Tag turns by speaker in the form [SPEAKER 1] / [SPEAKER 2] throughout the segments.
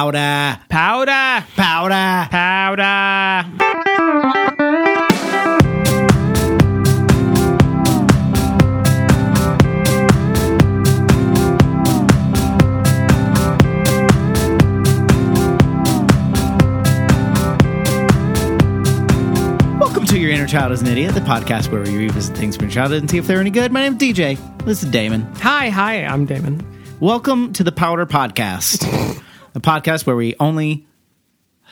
[SPEAKER 1] Powder,
[SPEAKER 2] Powder!
[SPEAKER 1] powder.
[SPEAKER 2] Powder!
[SPEAKER 1] Welcome to Your Inner Child is an Idiot, the podcast where we revisit things from your childhood and see if they're any good. My name's DJ. This is Damon.
[SPEAKER 2] Hi, hi, I'm Damon.
[SPEAKER 1] Welcome to the Powder Podcast, the podcast where we only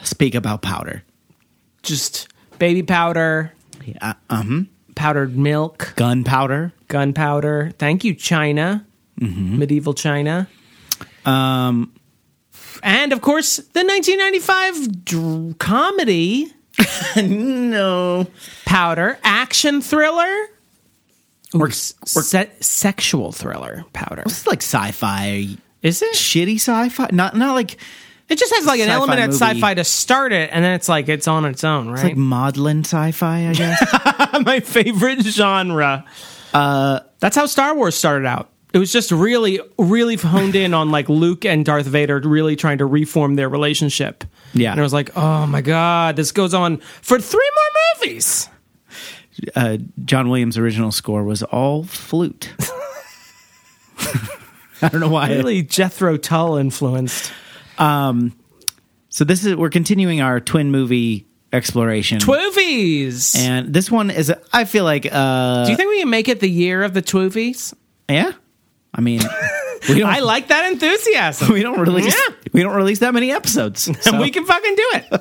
[SPEAKER 1] speak about powder.
[SPEAKER 2] Just baby powder,
[SPEAKER 1] Uh, um,
[SPEAKER 2] powdered milk,
[SPEAKER 1] gunpowder.
[SPEAKER 2] gunpowder. Thank you, China. Medieval China. Um, and of course, the 1995 dr- comedy
[SPEAKER 1] No.
[SPEAKER 2] powder action thriller.
[SPEAKER 1] We're, we're,
[SPEAKER 2] Se- sexual thriller powder.
[SPEAKER 1] it's like sci-fi,
[SPEAKER 2] Is it?
[SPEAKER 1] shitty sci-fi. Not not like
[SPEAKER 2] It just has like an
[SPEAKER 1] Sci-fi
[SPEAKER 2] element at
[SPEAKER 1] movie.
[SPEAKER 2] sci-fi to start it, and then it's like it's on its own, right?
[SPEAKER 1] like maudlin sci-fi. I guess
[SPEAKER 2] my favorite genre. Uh, That's how Star Wars started out. It was just really, really honed in on like Luke and Darth Vader really trying to reform their relationship.
[SPEAKER 1] Yeah.
[SPEAKER 2] And I was like, oh my God, this goes on for three more movies.
[SPEAKER 1] uh, John Williams' original score was all flute. I don't know why.
[SPEAKER 2] Really Jethro Tull influenced.
[SPEAKER 1] So this is we're continuing our twin movie exploration.
[SPEAKER 2] Twoovies.
[SPEAKER 1] and this one is I feel like uh
[SPEAKER 2] Do you think we can make it the year of the Twoovies?
[SPEAKER 1] yeah. I mean we don't
[SPEAKER 2] I like that enthusiasm.
[SPEAKER 1] we don't release
[SPEAKER 2] Yeah.
[SPEAKER 1] we don't release that many episodes. So
[SPEAKER 2] And we can fucking do it.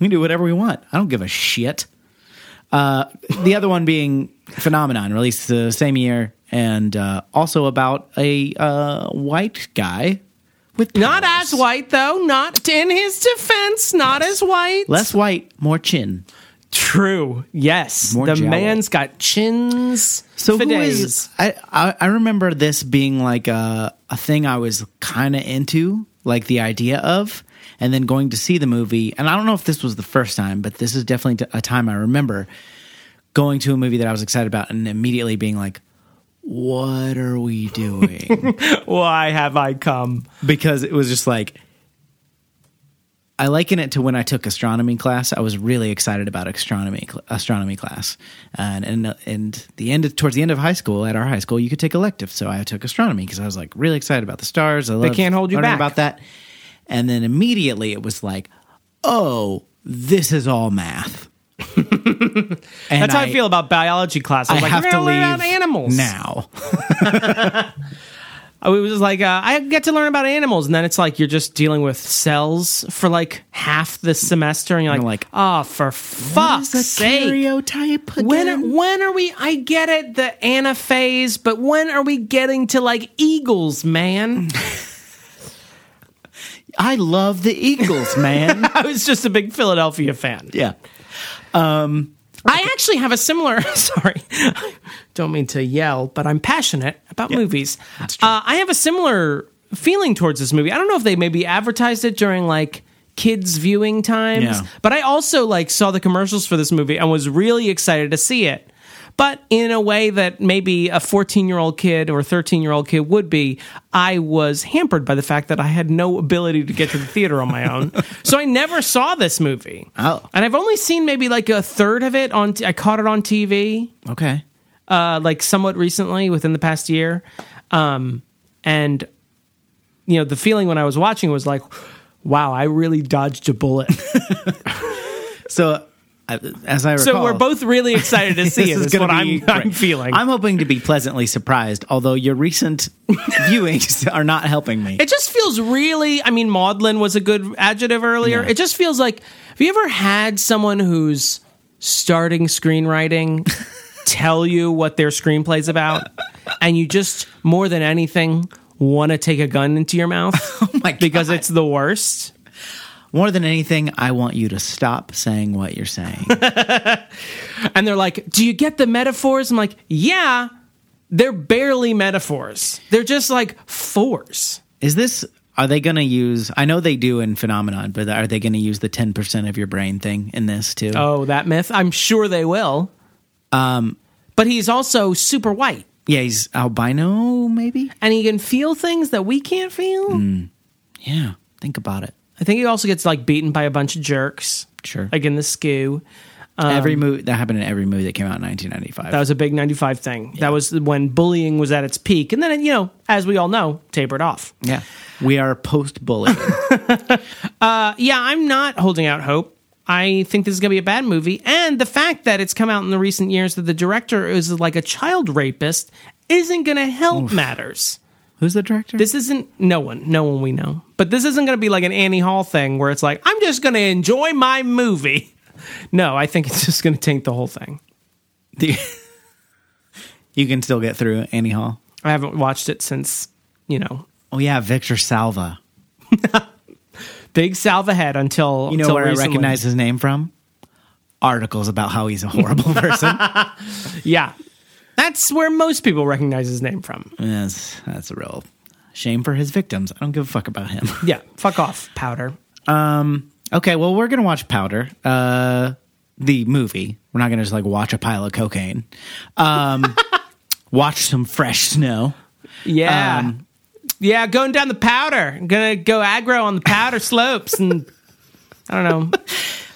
[SPEAKER 1] we can do whatever we want. I don't give a shit. Uh the other one being Phenomenon released the same year and uh also about a uh white guy with
[SPEAKER 2] Not
[SPEAKER 1] powers.
[SPEAKER 2] as white, though. Not in his defense, not as white.
[SPEAKER 1] less white, more chin.
[SPEAKER 2] True. Yes.
[SPEAKER 1] More
[SPEAKER 2] the
[SPEAKER 1] jowl.
[SPEAKER 2] man's got chins.
[SPEAKER 1] So
[SPEAKER 2] for
[SPEAKER 1] who
[SPEAKER 2] days.
[SPEAKER 1] is I, I I remember this being like a a thing I was kind of into, like the idea of, and then going to see the movie. And I don't know if this was the first time, but this is definitely a time I remember going to a movie that I was excited about and immediately being like, "What are we doing?"
[SPEAKER 2] Why have I come?
[SPEAKER 1] because it was just like. I liken it to when I took astronomy class. I was really excited about astronomy cl- astronomy class, and and and the end of, towards the end of high school at our high school, you could take elective. So I took astronomy because I was like really excited about the stars. I loved
[SPEAKER 2] can't hold you
[SPEAKER 1] learning
[SPEAKER 2] back.
[SPEAKER 1] about that. And then immediately it was like, oh, this is all math. and
[SPEAKER 2] That's how I, feel about biology class. I
[SPEAKER 1] I
[SPEAKER 2] was like,
[SPEAKER 1] have
[SPEAKER 2] we're
[SPEAKER 1] to
[SPEAKER 2] gonna
[SPEAKER 1] leave
[SPEAKER 2] learn about animals
[SPEAKER 1] now.
[SPEAKER 2] I was like, uh, I get to learn about animals, and then it's like you're just dealing with cells for like half the semester, and you're like,
[SPEAKER 1] You're like,
[SPEAKER 2] oh, for fuck's
[SPEAKER 1] It's a
[SPEAKER 2] sake.
[SPEAKER 1] karyotype
[SPEAKER 2] When
[SPEAKER 1] again?
[SPEAKER 2] are, when are we? I get it, the anaphase, but when are we getting to like eagles, man?
[SPEAKER 1] I love the Eagles, man.
[SPEAKER 2] I was just a big Philadelphia fan.
[SPEAKER 1] yeah.
[SPEAKER 2] I actually have a similar. Sorry, don't mean to yell, but I'm passionate about movies. Uh, I have a similar feeling towards this movie. I don't know if they maybe advertised it during like kids viewing times,
[SPEAKER 1] Yeah.
[SPEAKER 2] but I also like saw the commercials for this movie and was really excited to see it. But in a way that maybe a 14 year old kid or 13 year old kid would be, I was hampered by the fact that I had no ability to get to the theater on my own. So I never saw this movie.
[SPEAKER 1] Oh.
[SPEAKER 2] And I've only seen maybe like a third of it on. T- I caught it on TV,
[SPEAKER 1] Okay.
[SPEAKER 2] uh, like somewhat recently, within the past year. Um, and you know, the feeling when I was watching was like, "Wow, I really dodged a bullet."
[SPEAKER 1] So, I- as I recall,
[SPEAKER 2] so we're both really excited to see it. Is
[SPEAKER 1] Oh. gonna
[SPEAKER 2] what I'm,
[SPEAKER 1] be
[SPEAKER 2] I'm
[SPEAKER 1] great.
[SPEAKER 2] feeling.
[SPEAKER 1] I'm hoping to be pleasantly surprised, although your recent viewings are not helping me.
[SPEAKER 2] it just feels really. I mean, maudlin was a good adjective earlier.
[SPEAKER 1] Yeah.
[SPEAKER 2] It just feels like. Have you ever had someone who's starting screenwriting tell you what their screenplay's about, and you just more than anything want to take a gun into your mouth
[SPEAKER 1] my
[SPEAKER 2] because
[SPEAKER 1] God.
[SPEAKER 2] it's the worst?
[SPEAKER 1] More than anything, I want you to stop saying what you're saying.
[SPEAKER 2] And they're like, "Do you get the metaphors?" I'm like, "Yeah." They're barely metaphors. They're just like fours.
[SPEAKER 1] Is this? Are they going to use? I know they do in Phenomenon, but are they going to use the ten percent of your brain thing in this too?
[SPEAKER 2] Oh, that myth. I'm sure they will. Um, but he's also super white,
[SPEAKER 1] Yeah, he's albino, maybe.
[SPEAKER 2] and he can feel things that we can't feel.
[SPEAKER 1] Yeah, Think about it.
[SPEAKER 2] I think he also gets like beaten by a bunch of jerks,
[SPEAKER 1] Sure.
[SPEAKER 2] like in the skew.
[SPEAKER 1] every movie that happened in every movie that came out in 1995.
[SPEAKER 2] Um, That was a big 95 thing. That was when bullying was at its peak. And then, you know, as we all know, tapered off.
[SPEAKER 1] yeah. We are post bullying.
[SPEAKER 2] yeah, I'm not holding out hope. I think this is going to be a bad movie. And the fact that it's come out in the recent years that the director is like a child rapist isn't going to help matters.
[SPEAKER 1] Who's the director?
[SPEAKER 2] This isn't no one, no one we know. But this isn't going to be like an Annie Hall thing where it's like, I'm just going to enjoy my movie. No, I think it's just going to tank the whole thing.
[SPEAKER 1] you can still get through Annie Hall.
[SPEAKER 2] I haven't watched it since, you know,
[SPEAKER 1] Oh yeah, Victor Salva.
[SPEAKER 2] Big Salve ahead until
[SPEAKER 1] You know
[SPEAKER 2] until
[SPEAKER 1] where
[SPEAKER 2] recently.
[SPEAKER 1] I recognize his name from? Articles about how he's a horrible person.
[SPEAKER 2] Yeah. That's where most people recognize his name from.
[SPEAKER 1] yes, that's a real shame for his victims. I don't give a fuck about him.
[SPEAKER 2] Yeah. Fuck off, powder.
[SPEAKER 1] Okay, well, we're gonna watch Powder, uh, the movie. We're not gonna just like watch a pile of cocaine. Um, watch some fresh snow.
[SPEAKER 2] Yeah.
[SPEAKER 1] Um,
[SPEAKER 2] yeah, going down the powder. Gonna go aggro on the powder slopes and I don't know.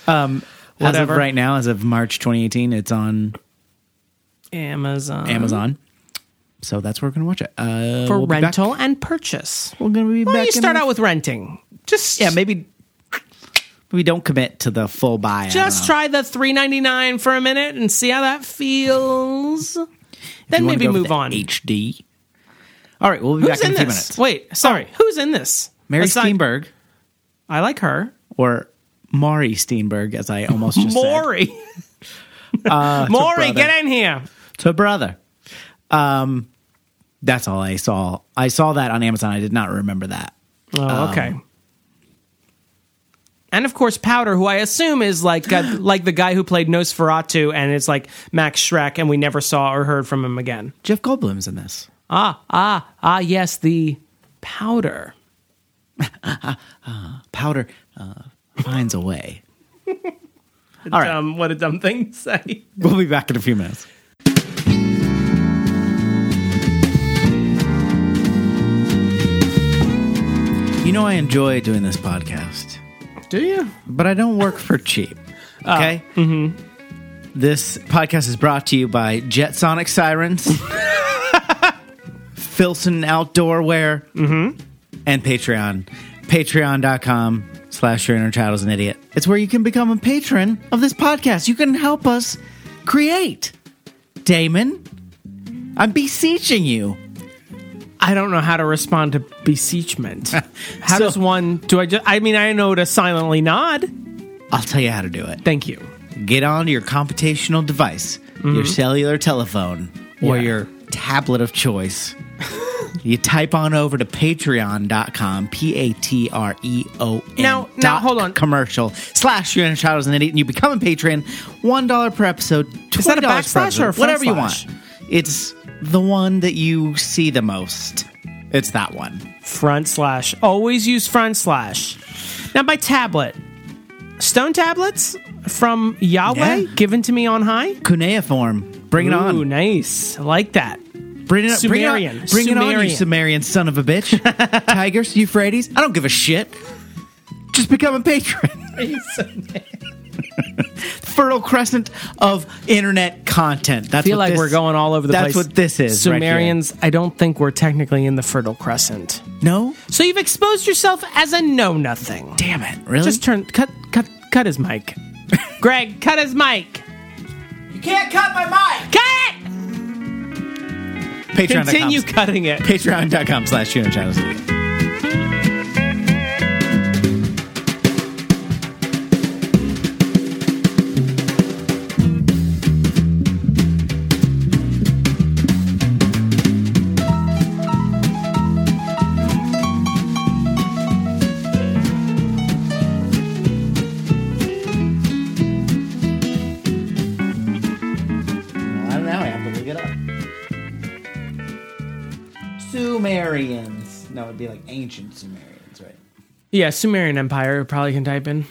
[SPEAKER 1] As
[SPEAKER 2] Whatever.
[SPEAKER 1] of right now, as of March 2018, it's on
[SPEAKER 2] Amazon.
[SPEAKER 1] Amazon. So that's where we're gonna watch it uh,
[SPEAKER 2] For
[SPEAKER 1] we'll be back-
[SPEAKER 2] rental and purchase.
[SPEAKER 1] We're gonna be
[SPEAKER 2] Why
[SPEAKER 1] back.
[SPEAKER 2] don't you
[SPEAKER 1] in-
[SPEAKER 2] start out with renting? Just
[SPEAKER 1] yeah, maybe we don't commit to the full buy. I
[SPEAKER 2] just
[SPEAKER 1] don't know.
[SPEAKER 2] try the three ninety nine for a minute and see how that feels.
[SPEAKER 1] If
[SPEAKER 2] Then
[SPEAKER 1] you wanna
[SPEAKER 2] maybe
[SPEAKER 1] go for
[SPEAKER 2] move
[SPEAKER 1] the
[SPEAKER 2] on.
[SPEAKER 1] HD. All right, we'll be
[SPEAKER 2] Who's
[SPEAKER 1] back in,
[SPEAKER 2] in
[SPEAKER 1] a few minutes.
[SPEAKER 2] this?
[SPEAKER 1] Oh.
[SPEAKER 2] Wait, sorry. Who's in this?
[SPEAKER 1] Mary
[SPEAKER 2] Aside-
[SPEAKER 1] Steenberg
[SPEAKER 2] I like her.
[SPEAKER 1] or Maury Steenberg, as I almost just said.
[SPEAKER 2] Maury. Maury,
[SPEAKER 1] brother.
[SPEAKER 2] get in here.
[SPEAKER 1] to a brother. Um, that's all I saw. I saw that on Amazon. I did not remember that. Um,
[SPEAKER 2] Oh, okay. and of course, Powder, who I assume is like uh, like the guy who played Nosferatu, and it's like Max Shrek, and we never saw or heard from him again.
[SPEAKER 1] Jeff Goldblum's in this.
[SPEAKER 2] Ah, yes, the Powder.
[SPEAKER 1] Powder uh, finds a way. all right,
[SPEAKER 2] Dumb, what a dumb thing to say.
[SPEAKER 1] we'll be back in a few minutes. You know, I enjoy doing this podcast,
[SPEAKER 2] Do you?
[SPEAKER 1] but I don't work for cheap. Okay. mm-hmm. This podcast is brought to you by Jetsonic Sirens. Filson Outdoor Wear, and Patreon. Patreon.com slash your inner child is an idiot. It's where you can become a patron of this podcast. You can help us create. Damon, I'm beseeching you.
[SPEAKER 2] I don't know how to respond to beseechment. How
[SPEAKER 1] So-
[SPEAKER 2] does one? Do I just? I mean, I know to silently nod.
[SPEAKER 1] I'll tell you how to do it.
[SPEAKER 2] Thank you.
[SPEAKER 1] Get onto your computational device, your cellular telephone, or
[SPEAKER 2] Mm-hmm. Yeah.
[SPEAKER 1] your tablet of choice. you type on over to patreon.com, P A T R E O N.
[SPEAKER 2] Now- now,
[SPEAKER 1] dot
[SPEAKER 2] hold on.
[SPEAKER 1] Commercial slash your inner child is an idiot, and you become a patron. $1 per episode, $20
[SPEAKER 2] that a
[SPEAKER 1] per
[SPEAKER 2] backslash
[SPEAKER 1] episode,
[SPEAKER 2] or a front
[SPEAKER 1] whatever you
[SPEAKER 2] slash?
[SPEAKER 1] want. It's the one that you see the most. It's that one.
[SPEAKER 2] front slash. Always use front slash. Now my tablet, stone tablets from Yahweh,
[SPEAKER 1] Yeah.
[SPEAKER 2] given to me on high.
[SPEAKER 1] Cuneiform. Bring it
[SPEAKER 2] Ooh,
[SPEAKER 1] on.
[SPEAKER 2] nice. I like that.
[SPEAKER 1] Bring it, on- bring it
[SPEAKER 2] Sumerian.
[SPEAKER 1] on. Bring it on, you
[SPEAKER 2] Sumerian.
[SPEAKER 1] Sumerian son of a bitch. Tigers, Euphrates. I don't give a shit. Just become a patron. Fertile crescent of internet content. That's
[SPEAKER 2] I feel
[SPEAKER 1] what
[SPEAKER 2] like
[SPEAKER 1] this-
[SPEAKER 2] we're going all over the
[SPEAKER 1] that's
[SPEAKER 2] place.
[SPEAKER 1] what this is. right here.
[SPEAKER 2] Sumerians. I don't think we're technically in the Fertile Crescent.
[SPEAKER 1] No.
[SPEAKER 2] So you've exposed yourself as a know nothing.
[SPEAKER 1] Damn it. Really?
[SPEAKER 2] Just turn. Cut. Cut. Cut his mic. Greg, cut his mic.
[SPEAKER 1] you can't cut my mic.
[SPEAKER 2] Cut it.
[SPEAKER 1] Patreon.
[SPEAKER 2] Continue cutting it.
[SPEAKER 1] Patreon.com slash Juno Channels. Sumerians. No, it'd be like ancient Sumerians, right?
[SPEAKER 2] Yeah, Sumerian Empire. Probably can type in.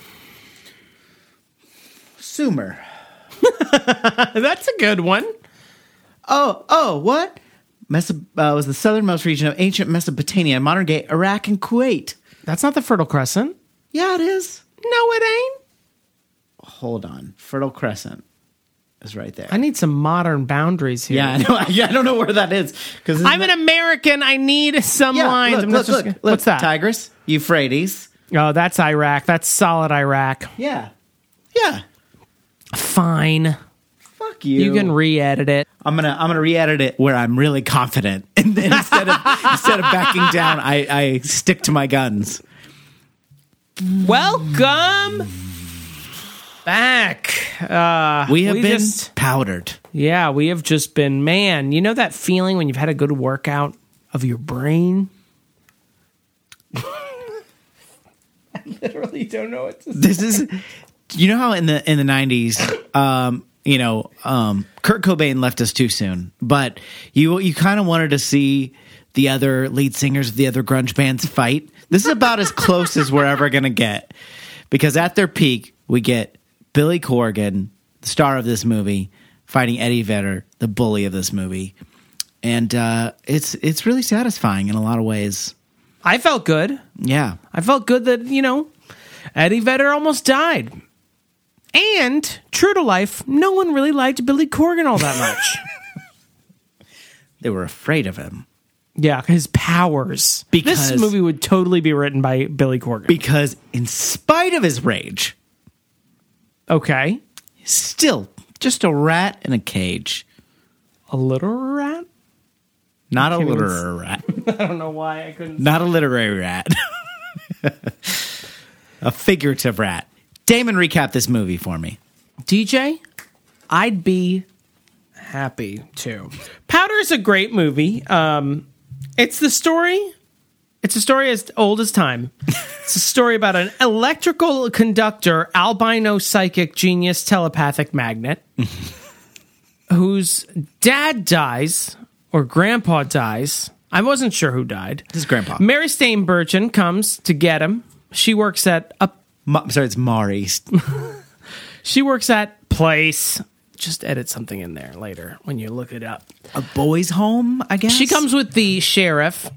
[SPEAKER 1] Sumer.
[SPEAKER 2] That's a good one.
[SPEAKER 1] Oh, oh, what? Meso- uh, was the southernmost region of ancient Mesopotamia, modern day Iraq and Kuwait.
[SPEAKER 2] That's not the Fertile Crescent.
[SPEAKER 1] Yeah, it is.
[SPEAKER 2] No, it ain't.
[SPEAKER 1] Hold on. Fertile Crescent is right there.
[SPEAKER 2] I need some modern boundaries here.
[SPEAKER 1] yeah, I know. Yeah, I don't know where that is because
[SPEAKER 2] I'm an American. I need some
[SPEAKER 1] yeah,
[SPEAKER 2] lines.
[SPEAKER 1] Look,
[SPEAKER 2] I'm
[SPEAKER 1] look,
[SPEAKER 2] not just-
[SPEAKER 1] look, look,
[SPEAKER 2] What's that?
[SPEAKER 1] Tigris, Euphrates.
[SPEAKER 2] Oh, that's Iraq. That's solid Iraq.
[SPEAKER 1] Yeah, yeah.
[SPEAKER 2] Fine.
[SPEAKER 1] Fuck you.
[SPEAKER 2] You can re-edit it.
[SPEAKER 1] I'm gonna I'm gonna re-edit it where I'm really confident, and then instead of instead of backing down, I, I stick to my guns.
[SPEAKER 2] Welcome back. Uh,
[SPEAKER 1] We have
[SPEAKER 2] we
[SPEAKER 1] been
[SPEAKER 2] just-
[SPEAKER 1] powdered.
[SPEAKER 2] yeah, we have just been man. You know that feeling when you've had a good workout of your brain. I literally don't know what to say.
[SPEAKER 1] This is, you know how in the in the '90s, um, you know, um, Kurt Cobain left us too soon, but you you kind of wanted to see the other lead singers of the other grunge bands fight. This is about as close as we're ever gonna get, because at their peak, we get Billy Corgan, the star of this movie, fighting Eddie Vedder, the bully of this movie, and uh, it's it's really satisfying in a lot of ways.
[SPEAKER 2] I felt good.
[SPEAKER 1] Yeah,
[SPEAKER 2] I felt good that, you know, Eddie Vedder almost died. And true to life, no one really liked Billy Corgan all that much.
[SPEAKER 1] they were afraid of him.
[SPEAKER 2] yeah, his powers.
[SPEAKER 1] Because-
[SPEAKER 2] this movie would totally be written by Billy Corgan.
[SPEAKER 1] because in spite of his rage,
[SPEAKER 2] okay.
[SPEAKER 1] still just a rat in a cage,
[SPEAKER 2] A little rat?
[SPEAKER 1] not a
[SPEAKER 2] Okay, well,
[SPEAKER 1] literary rat,
[SPEAKER 2] I don't know why I couldn't.
[SPEAKER 1] not a literary rat, a figurative rat. Damon, recap this movie for me.
[SPEAKER 2] DJ, I'd be happy to. Powder is a great movie. Um, it's the story. It's a story as old as time. It's a story about an electrical conductor, albino psychic genius, telepathic magnet, whose dad dies or grandpa dies. I wasn't sure who died.
[SPEAKER 1] This is Grandpa.
[SPEAKER 2] Mary Steenburgen comes to get him. She works at a
[SPEAKER 1] Ma- sorry, it's Mari.
[SPEAKER 2] she works at Place. Just edit something in there later when you look it up.
[SPEAKER 1] A boys' home, I guess.
[SPEAKER 2] She comes with the sheriff,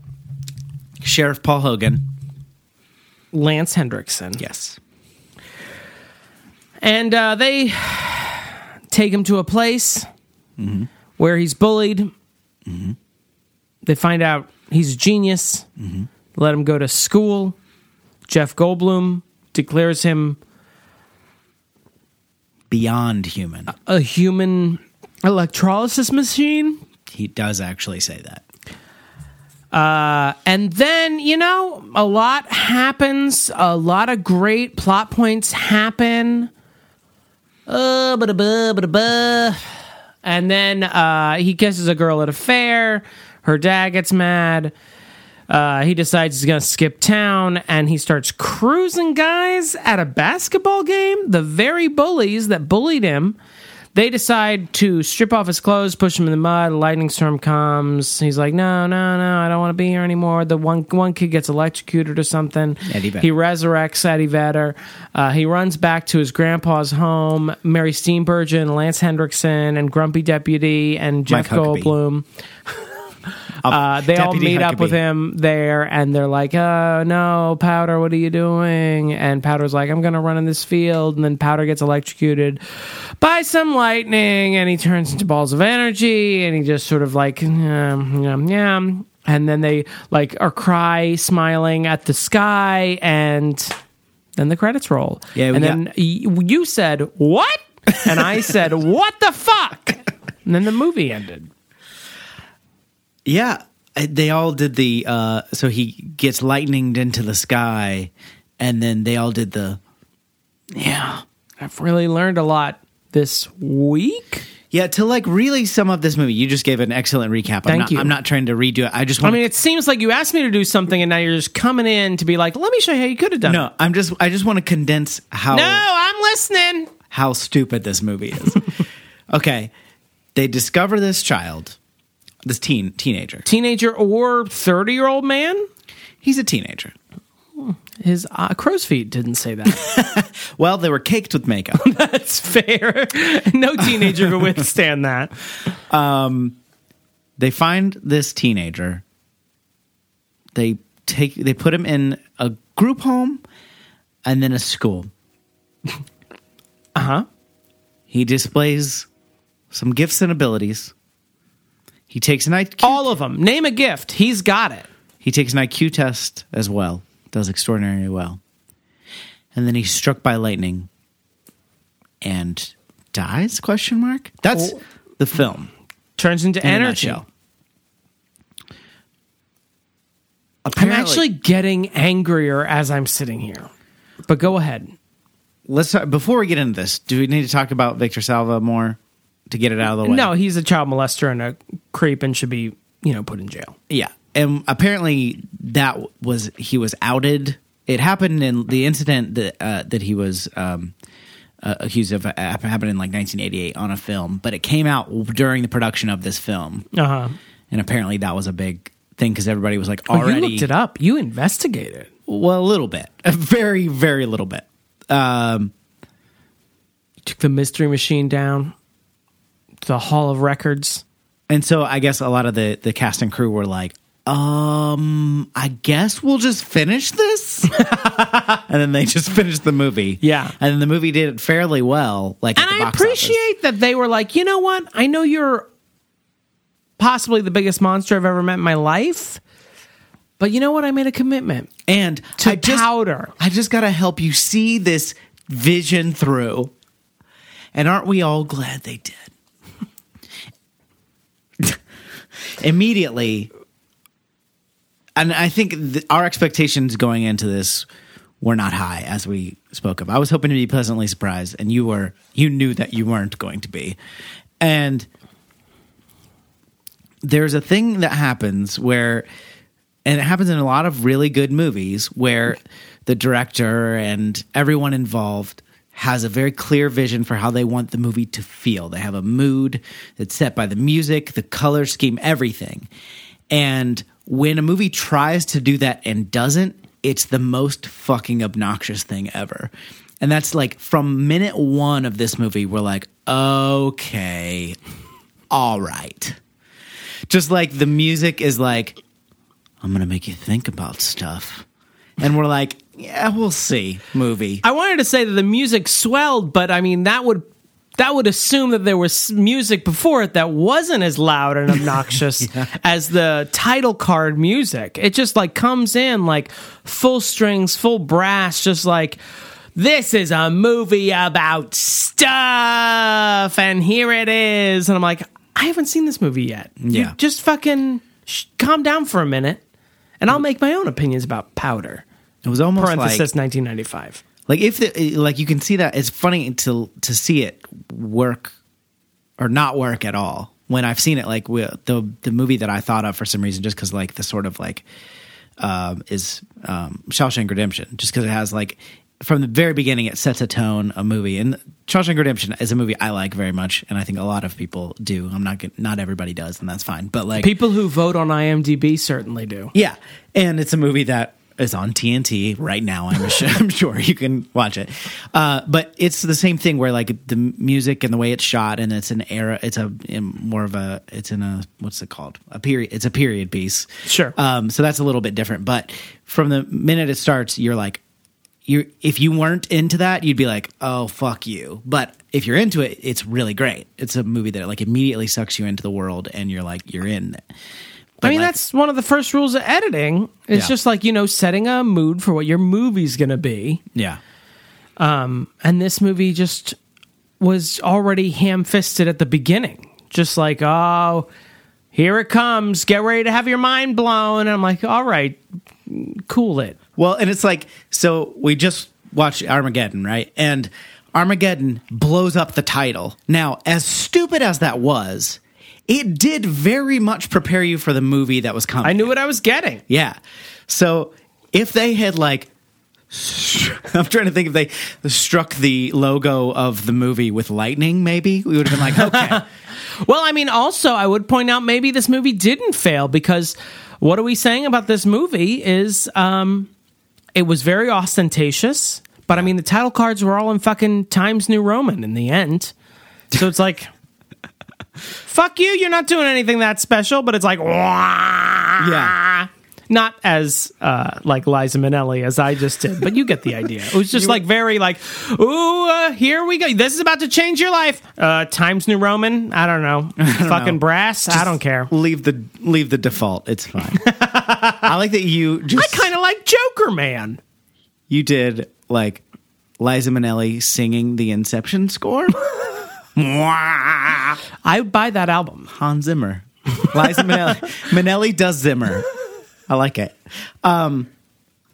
[SPEAKER 1] Sheriff Paul Hogan.
[SPEAKER 2] Lance Hendrickson.
[SPEAKER 1] Yes.
[SPEAKER 2] And uh, they take him to a place where he's bullied. They find out he's a genius, let him go to school. Jeff Goldblum declares him
[SPEAKER 1] Beyond human.
[SPEAKER 2] a human electrolysis machine.
[SPEAKER 1] He does actually say that.
[SPEAKER 2] And then, you know, a lot happens. A lot of great plot points happen. Uh, ba ba And then uh, he kisses a girl at a fair. Her dad gets mad. Uh, he decides he's going to skip town and he starts cruising guys at a basketball game. The very bullies that bullied him, they decide to strip off his clothes, push him in the mud. A lightning storm comes. He's like, no, no, no, I don't want to be here anymore. The one one kid gets electrocuted or something.
[SPEAKER 1] Eddie Vedder.
[SPEAKER 2] He resurrects Eddie Vedder. Uh, he runs back to his grandpa's home. Mary Steenburgen, Lance Hendrickson, and Grumpy Deputy and Jeff
[SPEAKER 1] Mike Huckabee.
[SPEAKER 2] Goldblum. Uh, they all
[SPEAKER 1] Deputy
[SPEAKER 2] meet up
[SPEAKER 1] Huckabee.
[SPEAKER 2] with him there, and they're like, "Oh no, Powder, what are you doing?" And Powder's like, "I'm gonna run in this field," and then Powder gets electrocuted by some lightning, and he turns into balls of energy, and he just sort of like, yum, yum, yum. and then they like are cry smiling at the sky, and then the credits roll.
[SPEAKER 1] Yeah, we
[SPEAKER 2] and
[SPEAKER 1] got-
[SPEAKER 2] then y- you said what, and I said what the fuck, and then the movie ended.
[SPEAKER 1] Yeah, I- they all did the. Uh, so he gets lightninged into the sky, and then they all did the. Yeah,
[SPEAKER 2] I've really learned a lot this week.
[SPEAKER 1] yeah. To like really sum up this movie, you just gave an excellent recap. I'm
[SPEAKER 2] Thank
[SPEAKER 1] not,
[SPEAKER 2] you.
[SPEAKER 1] I'm not trying to redo it. I just.
[SPEAKER 2] I
[SPEAKER 1] Want
[SPEAKER 2] mean, it seems like you asked me to do something, and now you're just coming in to be like, "Let me show you how you could have done."
[SPEAKER 1] no, I'm just. I just want to condense how
[SPEAKER 2] it. no, I'm listening.
[SPEAKER 1] how stupid this movie is. okay, they discover this child, this teen teenager.
[SPEAKER 2] Teenager or thirty year old man?
[SPEAKER 1] He's a teenager.
[SPEAKER 2] His uh, crow's feet didn't say that.
[SPEAKER 1] Well, they were caked with makeup.
[SPEAKER 2] That's fair. no teenager could withstand that.
[SPEAKER 1] they find this teenager. They take they put him in a group home and then a school.
[SPEAKER 2] Uh huh.
[SPEAKER 1] He displays some gifts and abilities. He takes an IQ
[SPEAKER 2] All of them. Name a gift. He's got it.
[SPEAKER 1] he takes an IQ test as well. Does extraordinarily well. And then he's struck by lightning and dies question mark? That's
[SPEAKER 2] Oh.
[SPEAKER 1] the film.
[SPEAKER 2] Turns into
[SPEAKER 1] in a
[SPEAKER 2] energy.
[SPEAKER 1] nutshell.
[SPEAKER 2] I'm
[SPEAKER 1] Apparently-
[SPEAKER 2] actually getting angrier as I'm sitting here. But go ahead.
[SPEAKER 1] let's talk, before we get into this, do we need to talk about Victor Salva more to get it out of the way?
[SPEAKER 2] No, he's a child molester and a creep and should be, you know, put in jail.
[SPEAKER 1] Yeah. And apparently that was he was outed. It happened in the incident that uh, that he was um, uh, accused of uh, happened in like 1988 on a film, but it came out during the production of this film,
[SPEAKER 2] Uh huh.
[SPEAKER 1] and apparently that was a big thing because everybody was like
[SPEAKER 2] Oh, you
[SPEAKER 1] already
[SPEAKER 2] looked it up. You investigated.
[SPEAKER 1] well a little bit, a very very little bit.
[SPEAKER 2] Took the mystery machine down. The Hall of Records.
[SPEAKER 1] And so I guess a lot of the the cast and crew were like, um, I guess we'll just finish this. and then they just finished the movie.
[SPEAKER 2] Yeah.
[SPEAKER 1] And the movie did fairly well. Like, at the
[SPEAKER 2] and I
[SPEAKER 1] box office.
[SPEAKER 2] appreciate that they were like, you know what? I know you're possibly the biggest monster I've ever met in my life, but you know what? I made a commitment.
[SPEAKER 1] And
[SPEAKER 2] to
[SPEAKER 1] I just,
[SPEAKER 2] powder.
[SPEAKER 1] I just got to help you see this vision through. And aren't we all glad they did? Immediately, and I think th- our expectations going into this were not high, as we spoke of. I was hoping to be pleasantly surprised, and you were. You knew that you weren't going to be, and there's a thing that happens where and it happens in a lot of really good movies where the director and everyone involved has a very clear vision for how they want the movie to feel. They have a mood that's set by the music, the color scheme, everything. And when a movie tries to do that and doesn't, it's the most fucking obnoxious thing ever. And that's like from minute one of this movie, we're like, okay, all right just like the music is like i'm gonna make you think about stuff and we're like yeah we'll see movie
[SPEAKER 2] I wanted to say that the music swelled, but I mean that would that would assume that there was music before it that wasn't as loud and obnoxious as the title card music. It just like comes in like full strings, full brass, just like this is a movie about stuff, and here it is. And I'm like, I haven't seen this movie yet. You
[SPEAKER 1] Yeah.
[SPEAKER 2] just fucking sh- calm down for a minute, and I'll make my own opinions about powder.
[SPEAKER 1] it was almost
[SPEAKER 2] Parenthesis,
[SPEAKER 1] Mm. like
[SPEAKER 2] 1995.
[SPEAKER 1] like if the, like you can see that it's funny to to see it work or not work at all when i've seen it like wi- the the movie that i thought of for some reason just because like the sort of like um is um shawshank redemption just because it has like from the very beginning it sets a tone a movie and shawshank redemption is a movie i like very much and i think a lot of people do i'm not get- not everybody does and that's fine but like
[SPEAKER 2] People who vote on IMDb certainly do.
[SPEAKER 1] yeah, and it's a movie that is on TNT right now. I'm sure, I'm sure you can watch it. Uh, but it's the same thing where like the music and the way it's shot, and it's an era. It's a in more of a. It's in a what's it called? A period. It's a period piece.
[SPEAKER 2] Sure.
[SPEAKER 1] Um, so that's a little bit different. But from the minute it starts, you're like. You're, if you weren't into that, you'd be like, "Oh fuck you!" But if you're into it, it's really great. It's a movie that like immediately sucks you into the world, and you're like, "You're in."
[SPEAKER 2] I mean,
[SPEAKER 1] like-
[SPEAKER 2] that's one of the first rules of editing. It's
[SPEAKER 1] Yeah.
[SPEAKER 2] just like, you know, setting a mood for what your movie's going to be.
[SPEAKER 1] Yeah,
[SPEAKER 2] And this movie just was already ham fisted at the beginning. Just like, oh, here it comes. Get ready to have your mind blown. And I'm like, all right, cool it.
[SPEAKER 1] Well, and it's like so we just watched Armageddon, right? And Armageddon blows up the title. Now, as stupid as that was, it did very much prepare you for the movie that was coming.
[SPEAKER 2] I knew what I was getting.
[SPEAKER 1] Yeah. So if they had like I'm trying to think if they struck the logo of the movie with lightning, maybe we would have been like, okay.
[SPEAKER 2] Well, I mean, also, I would point out maybe this movie didn't fail because what are we saying about this movie is um, it was very ostentatious, but I mean, the title cards were all in fucking Times New Roman in the end. So it's like, fuck you, you're not doing anything that special, but it's like, wah.
[SPEAKER 1] Yeah.
[SPEAKER 2] Not as uh, like Liza Minnelli as I just did, but you get the idea. It was just like very like, ooh, uh, here we go. This is about to change your life. Uh, Times New Roman. I don't know. Fucking
[SPEAKER 1] know.
[SPEAKER 2] brass. I don't care.
[SPEAKER 1] Leave the leave the default. It's fine. I like that you
[SPEAKER 2] I
[SPEAKER 1] just
[SPEAKER 2] kind of like Joker Man.
[SPEAKER 1] you did like Liza Minnelli singing the Inception score. Mwah.
[SPEAKER 2] I would buy that album.
[SPEAKER 1] Hans Zimmer. Liza Minnelli. Minnelli does Zimmer. I like it. Um,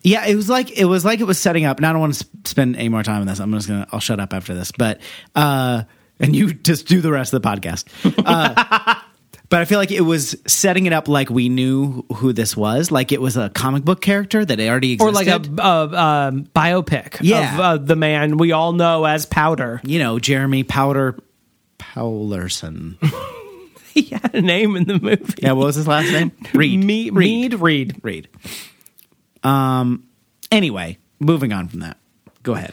[SPEAKER 1] yeah, it was like it was like it was setting up. And I don't want to sp- spend any more time on this. I'm just gonna. I'll shut up after this. But uh, and you just do the rest of the podcast. Uh, but I feel like it was setting it up like we knew who this was. Like it was a comic book character that already
[SPEAKER 2] Or
[SPEAKER 1] existed.
[SPEAKER 2] like a, a um, biopic
[SPEAKER 1] Yeah.
[SPEAKER 2] of uh, the man we all know as Powder.
[SPEAKER 1] you know Jeremy Powder Powlerson.
[SPEAKER 2] He had a name in the movie.
[SPEAKER 1] Yeah, what was his last name? Reed.
[SPEAKER 2] Me-
[SPEAKER 1] Reed.
[SPEAKER 2] Mead Reed.
[SPEAKER 1] Read. Um. Anyway, moving on from that. Go ahead.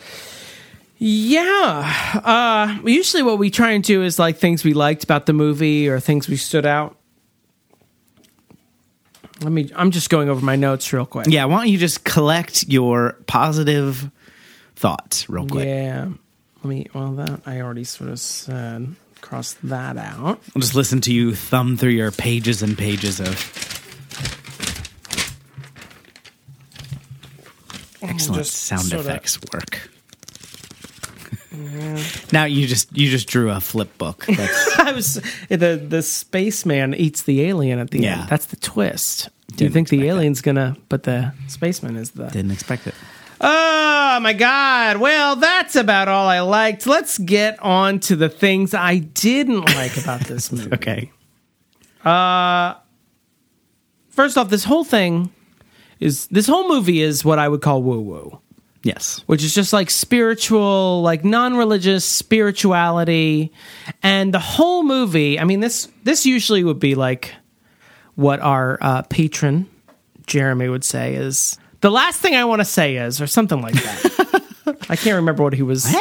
[SPEAKER 2] Yeah. Uh, usually, what we try and do is like things we liked about the movie or things we stood out. Let me. I'm just going over my notes real quick.
[SPEAKER 1] Yeah, why don't you just collect your positive thoughts real quick?
[SPEAKER 2] Yeah. Let me. Well, that I already sort of said. Cross that out.
[SPEAKER 1] I'll just listen to you thumb through your pages and pages of excellent
[SPEAKER 2] Just
[SPEAKER 1] sound
[SPEAKER 2] sorta-
[SPEAKER 1] effects work. Now you just you just drew a flip book. That's,
[SPEAKER 2] I was the the spaceman eats the alien at the
[SPEAKER 1] Yeah.
[SPEAKER 2] end. That's the twist. you
[SPEAKER 1] Didn't
[SPEAKER 2] think the
[SPEAKER 1] expect that.
[SPEAKER 2] alien's gonna, but the spaceman is the
[SPEAKER 1] didn't expect it.
[SPEAKER 2] Oh my God. Well, that's about all I liked. Let's get on to the things I didn't like about this movie.
[SPEAKER 1] Okay.
[SPEAKER 2] First off, this whole thing is this whole movie is what I would call woo woo,
[SPEAKER 1] Yes.
[SPEAKER 2] which is just like spiritual, like non religious spirituality. And the whole movie, I mean, this this usually would be like what our uh, patron, Jeremy, would say is the last thing I want to say is, or something like that. I can't remember what he was.
[SPEAKER 1] And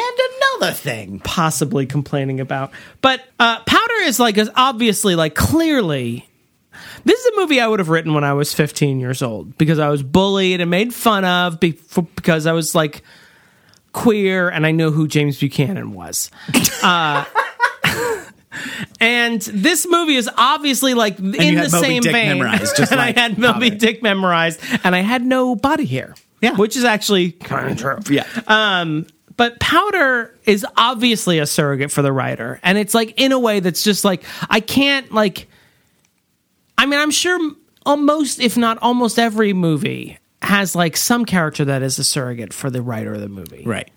[SPEAKER 1] another thing.
[SPEAKER 2] possibly complaining about. But uh, Powder is like is obviously like clearly. This is a movie I would have written when I was 15 years old because I was bullied and made fun of be- f- because I was like queer and I knew who James Buchanan was. Uh, and this movie is obviously like in
[SPEAKER 1] had
[SPEAKER 2] the
[SPEAKER 1] Moby
[SPEAKER 2] same
[SPEAKER 1] Dick
[SPEAKER 2] vein.
[SPEAKER 1] memorized, just
[SPEAKER 2] and
[SPEAKER 1] like
[SPEAKER 2] I had Moby
[SPEAKER 1] Powder.
[SPEAKER 2] Dick memorized and I had no body hair.
[SPEAKER 1] Yeah.
[SPEAKER 2] Which is actually kind of true.
[SPEAKER 1] Yeah.
[SPEAKER 2] But Powder is obviously a surrogate for the writer. And it's like in a way that's just like I can't like I mean, I'm sure almost if not almost every movie has like some character that is a surrogate for the writer of the movie.
[SPEAKER 1] right.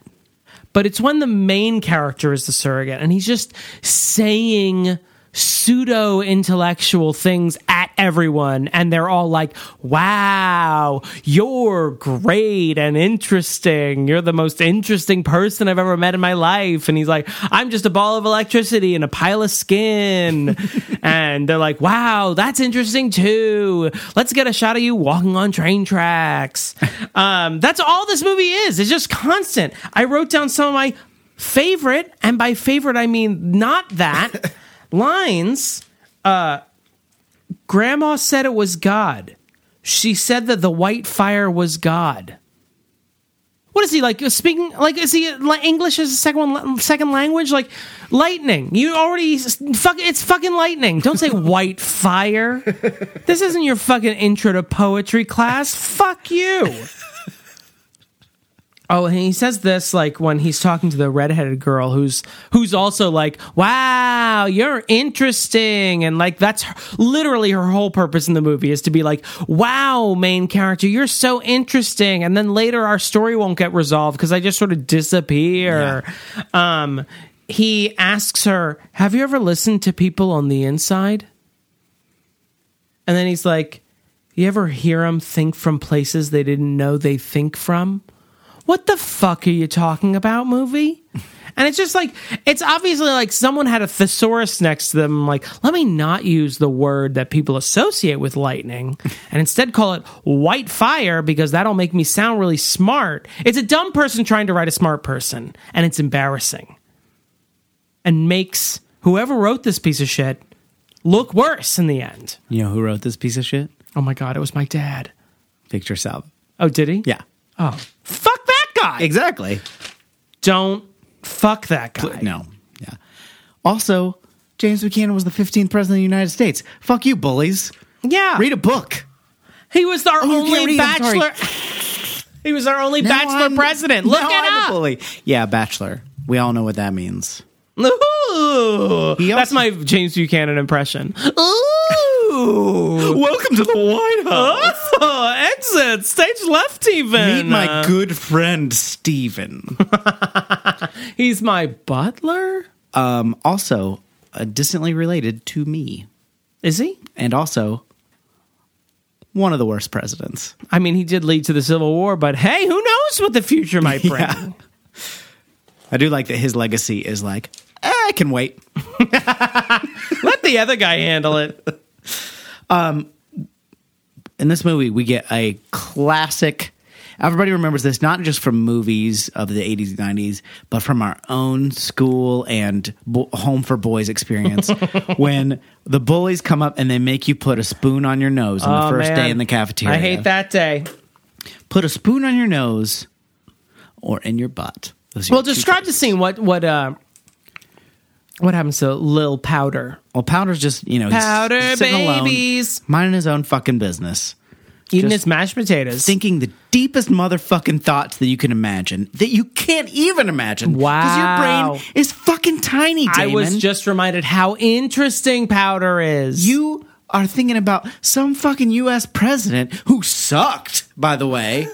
[SPEAKER 2] But it's when the main character is the surrogate and he's just saying pseudo intellectual things at everyone and they're all like, "Wow, you're great and interesting. You're the most interesting person I've ever met in my life." And he's like, "I'm just a ball of electricity and a pile of skin." and they're like, "Wow, that's interesting too. Let's get a shot of you walking on train tracks." Um, that's all this movie is. It's just constant. I wrote down some of my favorite, and by favorite I mean not that lines. Uh, Grandma said it was God. She said that the white fire was God. What is he like? uh, Speaking like is he like, English as a second one, second language? Like lightning. You already fuck. It's fucking lightning. Don't say white fire. This isn't your fucking intro to poetry class. Fuck you. Oh, and he says this like when he's talking to the redheaded girl who's who's also like, "Wow, you're interesting." And like that's her, literally her whole purpose in the movie is to be like, "Wow, main character, you're so interesting." And then later our story won't get resolved because I just sort of disappear. Um he asks her, "Have you ever listened to people on the inside?" And then he's like, "You ever hear them think from places they didn't know they think from?" what the fuck are you talking about movie and it's just like it's obviously like someone had a thesaurus next to them like let me not use the word that people associate with lightning and instead call it white fire because that'll make me sound really smart it's a dumb person trying to write a smart person and it's embarrassing and makes whoever wrote this piece of shit look worse in the end
[SPEAKER 1] You know who wrote this piece of shit?
[SPEAKER 2] oh my god it was my dad
[SPEAKER 1] Victor Salva.
[SPEAKER 2] Oh, did he?
[SPEAKER 1] Yeah,
[SPEAKER 2] Oh, fuck that guy.
[SPEAKER 1] exactly.
[SPEAKER 2] Don't fuck that guy.
[SPEAKER 1] No, yeah. Also, James Buchanan was the 15th president of the United States. Fuck you, bullies.
[SPEAKER 2] Yeah.
[SPEAKER 1] Read a book.
[SPEAKER 2] He was our
[SPEAKER 1] Oh, you can't
[SPEAKER 2] only
[SPEAKER 1] read, I'm sorry.
[SPEAKER 2] bachelor. He was our only
[SPEAKER 1] Now
[SPEAKER 2] bachelor
[SPEAKER 1] I'm-
[SPEAKER 2] president. Look
[SPEAKER 1] now
[SPEAKER 2] it
[SPEAKER 1] I'm a
[SPEAKER 2] up.
[SPEAKER 1] bully. Yeah, bachelor. We all know what that means.
[SPEAKER 2] Ooh.
[SPEAKER 1] He
[SPEAKER 2] That's
[SPEAKER 1] also-
[SPEAKER 2] my James Buchanan impression. Ooh.
[SPEAKER 1] Welcome to the White
[SPEAKER 2] Oh, exit. Stage left even.
[SPEAKER 1] Meet my good friend Steven.
[SPEAKER 2] He's my butler?
[SPEAKER 1] um, also, uh, distantly related to me,
[SPEAKER 2] Is he?
[SPEAKER 1] and also one of the worst presidents.
[SPEAKER 2] I mean, he did lead to the Civil War, but hey, who knows what the future might bring?
[SPEAKER 1] Yeah. I do like that his legacy is like, eh, I can wait.
[SPEAKER 2] Let the other guy handle it.
[SPEAKER 1] in this movie we get a classic everybody remembers this not just from movies of the 80s and 90s but from our own school and bo- home for boys experience when the bullies come up and they make you put a spoon on your nose on the
[SPEAKER 2] Oh,
[SPEAKER 1] first
[SPEAKER 2] man.
[SPEAKER 1] day in the cafeteria
[SPEAKER 2] I hate that day.
[SPEAKER 1] put a spoon on your nose or in your butt Those are
[SPEAKER 2] Well,
[SPEAKER 1] your two
[SPEAKER 2] describe the
[SPEAKER 1] choices.
[SPEAKER 2] scene. What what uh what happens to Lil Powder?
[SPEAKER 1] well powder's just you know he's-
[SPEAKER 2] Powder
[SPEAKER 1] he's sitting
[SPEAKER 2] babies.
[SPEAKER 1] alone, minding his own fucking business
[SPEAKER 2] Eating
[SPEAKER 1] Just
[SPEAKER 2] his mashed potatoes.
[SPEAKER 1] thinking the deepest motherfucking thoughts that you can imagine that you can't even imagine.
[SPEAKER 2] Wow.
[SPEAKER 1] your brain is fucking tiny, Damon.
[SPEAKER 2] I was just reminded how interesting Powder is.
[SPEAKER 1] you are thinking about some fucking U.S. president who sucked, by the way.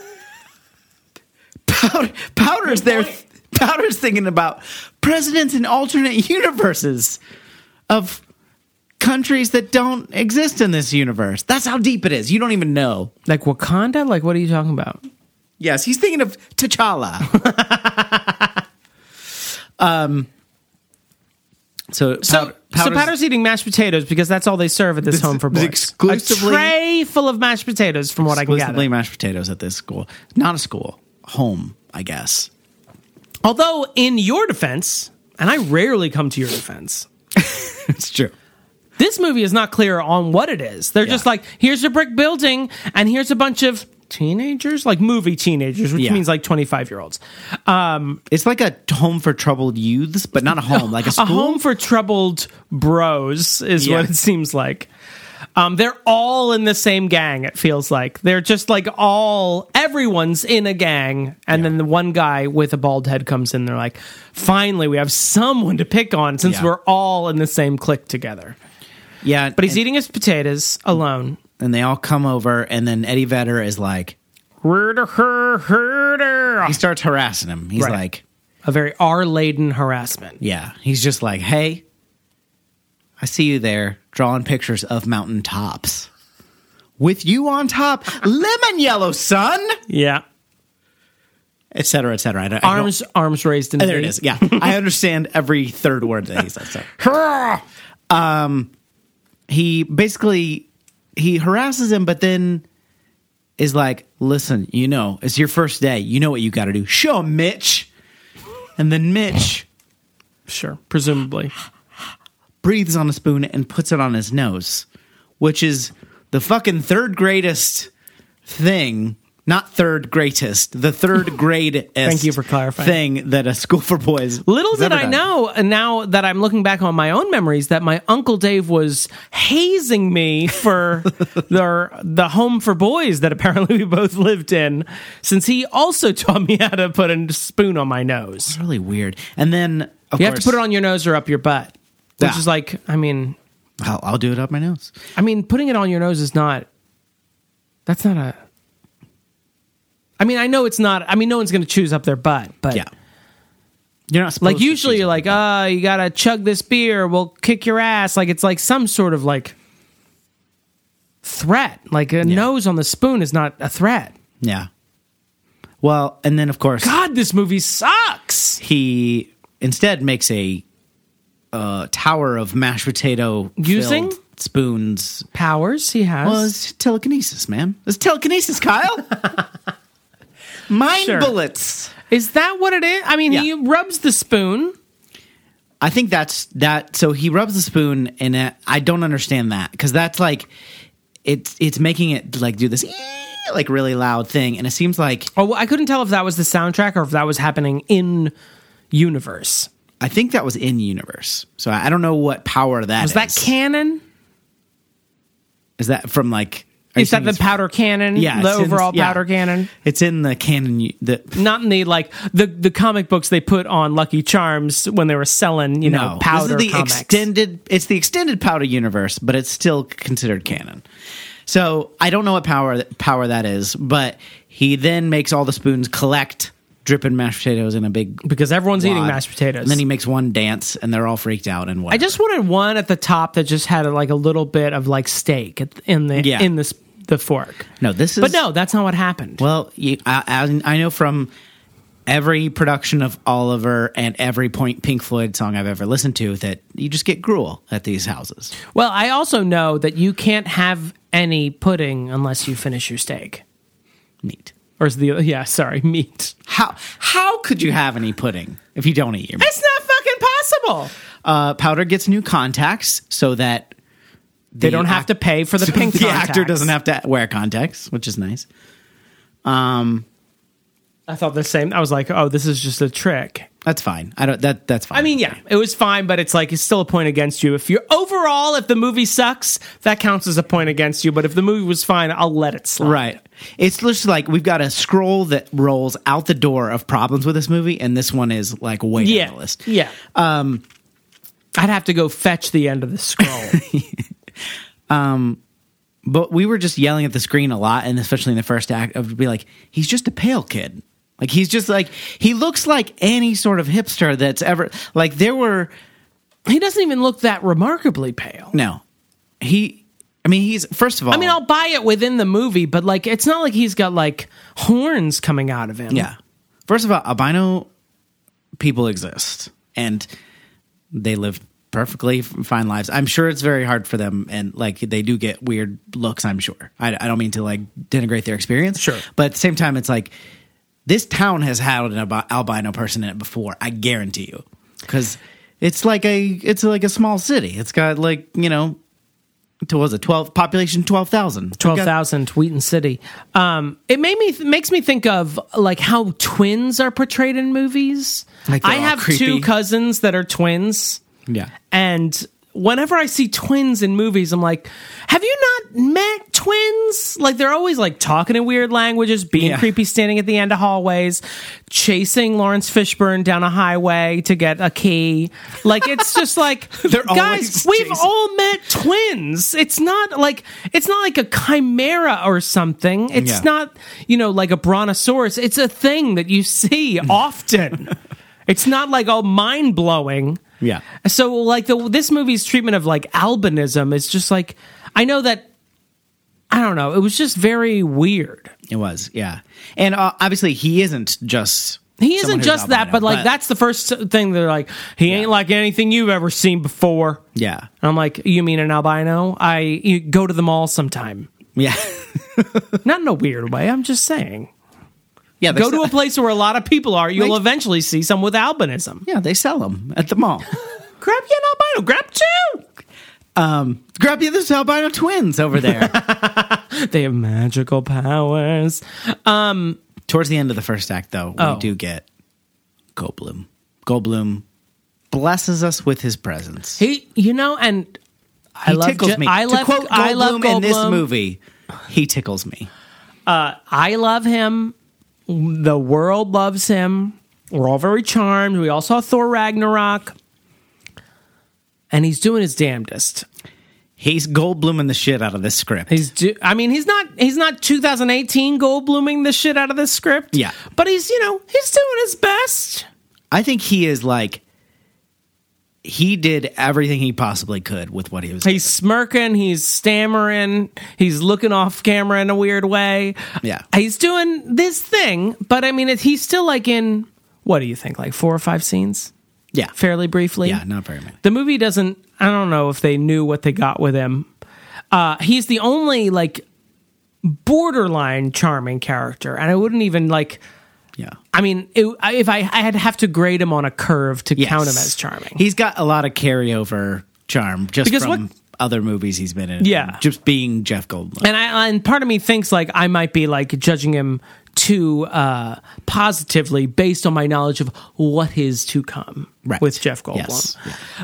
[SPEAKER 1] Powder, powder's there. Powder's thinking about presidents in alternate universes of countries that don't exist in this universe. That's how deep it is. You don't even know.
[SPEAKER 2] like Wakanda? Like what are you talking about?
[SPEAKER 1] Yes, he's thinking of T'Challa. um, so
[SPEAKER 2] So,
[SPEAKER 1] Powder's-
[SPEAKER 2] so Powder's eating mashed potatoes because that's all they serve at this,
[SPEAKER 1] This-
[SPEAKER 2] home for
[SPEAKER 1] this
[SPEAKER 2] boys.
[SPEAKER 1] exclusively-
[SPEAKER 2] a tray full of mashed potatoes, from what I can
[SPEAKER 1] exclusively
[SPEAKER 2] gather.
[SPEAKER 1] mashed potatoes at this school, not a school, home, I guess.
[SPEAKER 2] Although, in your defense, and I rarely come to your defense,
[SPEAKER 1] It's true.
[SPEAKER 2] this movie is not clear on what it is. They're just like, here's a brick building, and here's a bunch of teenagers, like movie teenagers, which
[SPEAKER 1] Yeah.
[SPEAKER 2] means like twenty five year olds,
[SPEAKER 1] It's like a home for troubled youths, but not a home, like a school.
[SPEAKER 2] a home for troubled bros, is
[SPEAKER 1] Yeah.
[SPEAKER 2] what it seems like. Um, they're all in the same gang. It feels like they're just like all everyone's in a gang, and then the one guy with a bald head comes in. They're like, finally, we have someone to pick on since
[SPEAKER 1] Yeah.
[SPEAKER 2] we're all in the same clique together.
[SPEAKER 1] Yeah,
[SPEAKER 2] But he's
[SPEAKER 1] and,
[SPEAKER 2] eating his potatoes alone.
[SPEAKER 1] and they all come over, and then Eddie Vedder is like,
[SPEAKER 2] Herder, her, herder.
[SPEAKER 1] he starts harassing him. He's
[SPEAKER 2] Right.
[SPEAKER 1] like,
[SPEAKER 2] A very R laden harassment.
[SPEAKER 1] yeah, he's just like, hey, I see you there drawing pictures of mountain tops. With you on top, lemon yellow, son.
[SPEAKER 2] Yeah.
[SPEAKER 1] et cetera, et cetera. I don't, I don't-
[SPEAKER 2] Arms arms raised in
[SPEAKER 1] there it is. Yeah, I understand every third word that he says. So. Um,
[SPEAKER 2] Yeah.
[SPEAKER 1] He basically he harasses him, but then is like, "Listen, you know, it's your first day. You know what you got to do. Show him, Mitch." And then Mitch
[SPEAKER 2] Sure. Presumably.
[SPEAKER 1] breathes on a spoon and puts it on his nose, which is the fucking third greatest thing. Not third greatest, the third greatest.
[SPEAKER 2] Thank you for clarifying.
[SPEAKER 1] Thing that a school for boys.
[SPEAKER 2] Little
[SPEAKER 1] has
[SPEAKER 2] did
[SPEAKER 1] ever
[SPEAKER 2] I
[SPEAKER 1] done.
[SPEAKER 2] know, and now that I'm looking back on my own memories, that my uncle Dave was hazing me for their the home for boys that apparently we both lived in, since he also taught me how to put a spoon on my nose.
[SPEAKER 1] It's really weird. And then of
[SPEAKER 2] You have
[SPEAKER 1] course,
[SPEAKER 2] to put it on your nose or up your butt, which
[SPEAKER 1] Yeah.
[SPEAKER 2] is like, I mean,
[SPEAKER 1] I'll, I'll do it up my nose.
[SPEAKER 2] I mean, putting it on your nose is not. That's not a. I mean, I know it's not. I mean, no one's going to choose up their butt, but
[SPEAKER 1] Yeah. You're not supposed
[SPEAKER 2] like usually
[SPEAKER 1] to
[SPEAKER 2] you're like, oh, you got to chug this beer. We'll kick your ass. Like it's like some sort of like threat. Like a nose on the spoon is not a threat.
[SPEAKER 1] yeah. Well, and then of course
[SPEAKER 2] God, this movie sucks.
[SPEAKER 1] he instead makes a uh, tower of mashed potato
[SPEAKER 2] Using?
[SPEAKER 1] spoons.
[SPEAKER 2] Powers he has.
[SPEAKER 1] Well, it's telekinesis, man. It's telekinesis, Kyle. Mind
[SPEAKER 2] Sure.
[SPEAKER 1] bullets.
[SPEAKER 2] is that what it is? I mean,
[SPEAKER 1] Yeah.
[SPEAKER 2] he rubs the spoon.
[SPEAKER 1] I think that's that. So he rubs the spoon, uh, and it, I don't understand that because that's like it's it's making it like do this like really loud thing, and it seems like
[SPEAKER 2] Oh, well, I couldn't tell if that was the soundtrack or if that was happening in universe.
[SPEAKER 1] I think that was in universe. So I I don't know what power that
[SPEAKER 2] Was that
[SPEAKER 1] is.
[SPEAKER 2] canon?
[SPEAKER 1] is that from like? are you
[SPEAKER 2] Is that
[SPEAKER 1] saying
[SPEAKER 2] the
[SPEAKER 1] it's-
[SPEAKER 2] powder cannon?
[SPEAKER 1] Yeah,
[SPEAKER 2] the
[SPEAKER 1] it's in-
[SPEAKER 2] overall
[SPEAKER 1] yeah.
[SPEAKER 2] powder cannon.
[SPEAKER 1] It's in the canon. u- The
[SPEAKER 2] Not in the like the the comic books they put on Lucky Charms when they were selling you know
[SPEAKER 1] no,
[SPEAKER 2] powder
[SPEAKER 1] This is the
[SPEAKER 2] comics.
[SPEAKER 1] extended. It's the extended powder universe, but it's still considered canon. So I don't know what power power that is, but he then makes all the spoons collect dripping mashed potatoes in a big
[SPEAKER 2] because everyone's eating
[SPEAKER 1] wad.
[SPEAKER 2] mashed potatoes.
[SPEAKER 1] And then he makes one dance, and they're all freaked out. And what?
[SPEAKER 2] I just wanted one at the top that just had like a little bit of like steak at- in the
[SPEAKER 1] Yeah.
[SPEAKER 2] in this the fork.
[SPEAKER 1] no. This is
[SPEAKER 2] But no, that's not what happened.
[SPEAKER 1] Well, you, I, I I know from every production of Oliver and every point Pink Floyd song I've ever listened to that you just get gruel at these houses.
[SPEAKER 2] Well, I also know that you can't have any pudding unless you finish your steak.
[SPEAKER 1] Neat.
[SPEAKER 2] Or is the yeah, sorry, meat.
[SPEAKER 1] How how could you have any pudding if you don't eat your?
[SPEAKER 2] It's not fucking possible.
[SPEAKER 1] Uh, Powder gets new contacts so that
[SPEAKER 2] They don't have to pay for the pink
[SPEAKER 1] the actor
[SPEAKER 2] contacts.
[SPEAKER 1] doesn't have to wear contacts, which is nice.
[SPEAKER 2] I thought the same. I was like, "Oh, this is just a trick."
[SPEAKER 1] That's fine. I don't. That that's fine.
[SPEAKER 2] I mean, yeah, it was fine, but it's like it's still a point against you. If you're overall, if the movie sucks, that counts as a point against you. But if the movie was fine, I'll let it slide.
[SPEAKER 1] Right. It's just like we've got a scroll that rolls out the door of problems with this movie, and this one is like way down
[SPEAKER 2] Yeah.
[SPEAKER 1] the list.
[SPEAKER 2] Yeah. Um, I'd have to go fetch the end of the scroll.
[SPEAKER 1] but we were just yelling at the screen a lot, and especially in the first act, of be like, he's just a pale kid. Like he's just like he looks like any sort of hipster that's ever like there were
[SPEAKER 2] he doesn't even look that remarkably pale.
[SPEAKER 1] no he I mean he's first of all
[SPEAKER 2] I mean, I'll buy it within the movie, but like, it's not like he's got like horns coming out of him.
[SPEAKER 1] yeah first of all albino people exist and they live perfectly f- fine lives I'm sure it's very hard for them and like they do get weird looks I'm sure I, I don't mean to like denigrate their experience
[SPEAKER 2] Sure.
[SPEAKER 1] but at the same time it's like this town has had an albi- albino person in it before I guarantee you because it's like a it's like a small city it's got like you know what was it 12 population 12,000
[SPEAKER 2] twelve thousand Wheaton City. Um, it made me makes me think of like how twins are portrayed in movies.
[SPEAKER 1] Like they're
[SPEAKER 2] I
[SPEAKER 1] all
[SPEAKER 2] have
[SPEAKER 1] creepy.
[SPEAKER 2] two cousins that are twins,
[SPEAKER 1] yeah
[SPEAKER 2] and whenever I see twins in movies, I'm like, "Have you not met twins? Like they're always like talking in weird languages, being
[SPEAKER 1] Yeah.
[SPEAKER 2] creepy, standing at the end of hallways, chasing Lawrence Fishburne down a highway to get a key. Like it's just like,
[SPEAKER 1] They're
[SPEAKER 2] guys,
[SPEAKER 1] always
[SPEAKER 2] we've
[SPEAKER 1] chasing-
[SPEAKER 2] all met twins. It's not like it's not like a chimera or something. It's
[SPEAKER 1] Yeah.
[SPEAKER 2] not you know like a brontosaurus. It's a thing that you see often. it's not like oh, all mind blowing.
[SPEAKER 1] yeah
[SPEAKER 2] So like the this movie's treatment of like albinism is just like I know that I don't know. It was just very weird.
[SPEAKER 1] It was, yeah. And uh, obviously, he isn't just. someone
[SPEAKER 2] He isn't
[SPEAKER 1] who's
[SPEAKER 2] just that,
[SPEAKER 1] albino,
[SPEAKER 2] but like that's the first thing they're like he ain't like anything you've ever seen before.
[SPEAKER 1] Yeah.
[SPEAKER 2] And I'm like, you mean an albino? I you go to the mall sometime.
[SPEAKER 1] Yeah.
[SPEAKER 2] Not in a weird way. I'm just saying.
[SPEAKER 1] yeah. They
[SPEAKER 2] Go to
[SPEAKER 1] sell,
[SPEAKER 2] a place where a lot of people are. You'll
[SPEAKER 1] Like-
[SPEAKER 2] eventually see some with albinism.
[SPEAKER 1] Yeah, they sell them at the mall.
[SPEAKER 2] Grab you an albino. Grab two.
[SPEAKER 1] Um, Grab you those albino twins over there.
[SPEAKER 2] They have magical powers.
[SPEAKER 1] Towards the end of the first act, though,
[SPEAKER 2] Oh.
[SPEAKER 1] we do get Goldblum. Goldblum blesses us with his presence.
[SPEAKER 2] He, you know, and I
[SPEAKER 1] he
[SPEAKER 2] love
[SPEAKER 1] tickles
[SPEAKER 2] Ju-
[SPEAKER 1] me.
[SPEAKER 2] I love
[SPEAKER 1] to quote Goldblum
[SPEAKER 2] I love Goldblum.
[SPEAKER 1] in this movie, he tickles me.
[SPEAKER 2] I love him. The world loves him. We're all very charmed. We all saw Thor Ragnarok. And he's doing his damnedest.
[SPEAKER 1] He's Goldbluming the shit out of this script.
[SPEAKER 2] He's do, I mean, he's not he's not 2018 gold blooming the shit out of this script.
[SPEAKER 1] Yeah.
[SPEAKER 2] But he's, you know, he's doing his best.
[SPEAKER 1] I think he is like. He did everything he possibly could with what he was.
[SPEAKER 2] He's smirking, he's stammering, he's looking off camera in a weird way.
[SPEAKER 1] Yeah.
[SPEAKER 2] He's doing this thing, but I mean, it, he's still like in what do you think, like four or five scenes,
[SPEAKER 1] yeah.
[SPEAKER 2] fairly briefly.
[SPEAKER 1] Yeah, not very many.
[SPEAKER 2] The movie doesn't. I don't know if they knew what they got with him. Uh, he's the only like borderline charming character, and I wouldn't even like.
[SPEAKER 1] Yeah.
[SPEAKER 2] I mean, it, I- if I I had have to grade him on a curve to count him as charming,
[SPEAKER 1] He's got a lot of carryover charm just
[SPEAKER 2] Because
[SPEAKER 1] from
[SPEAKER 2] what-
[SPEAKER 1] other movies he's been in.
[SPEAKER 2] Yeah.
[SPEAKER 1] just being Jeff Goldblum.
[SPEAKER 2] and I and part of me thinks like I might be like judging him too uh, positively based on my knowledge of what is to come
[SPEAKER 1] Right.
[SPEAKER 2] with Jeff Goldblum.
[SPEAKER 1] Yes.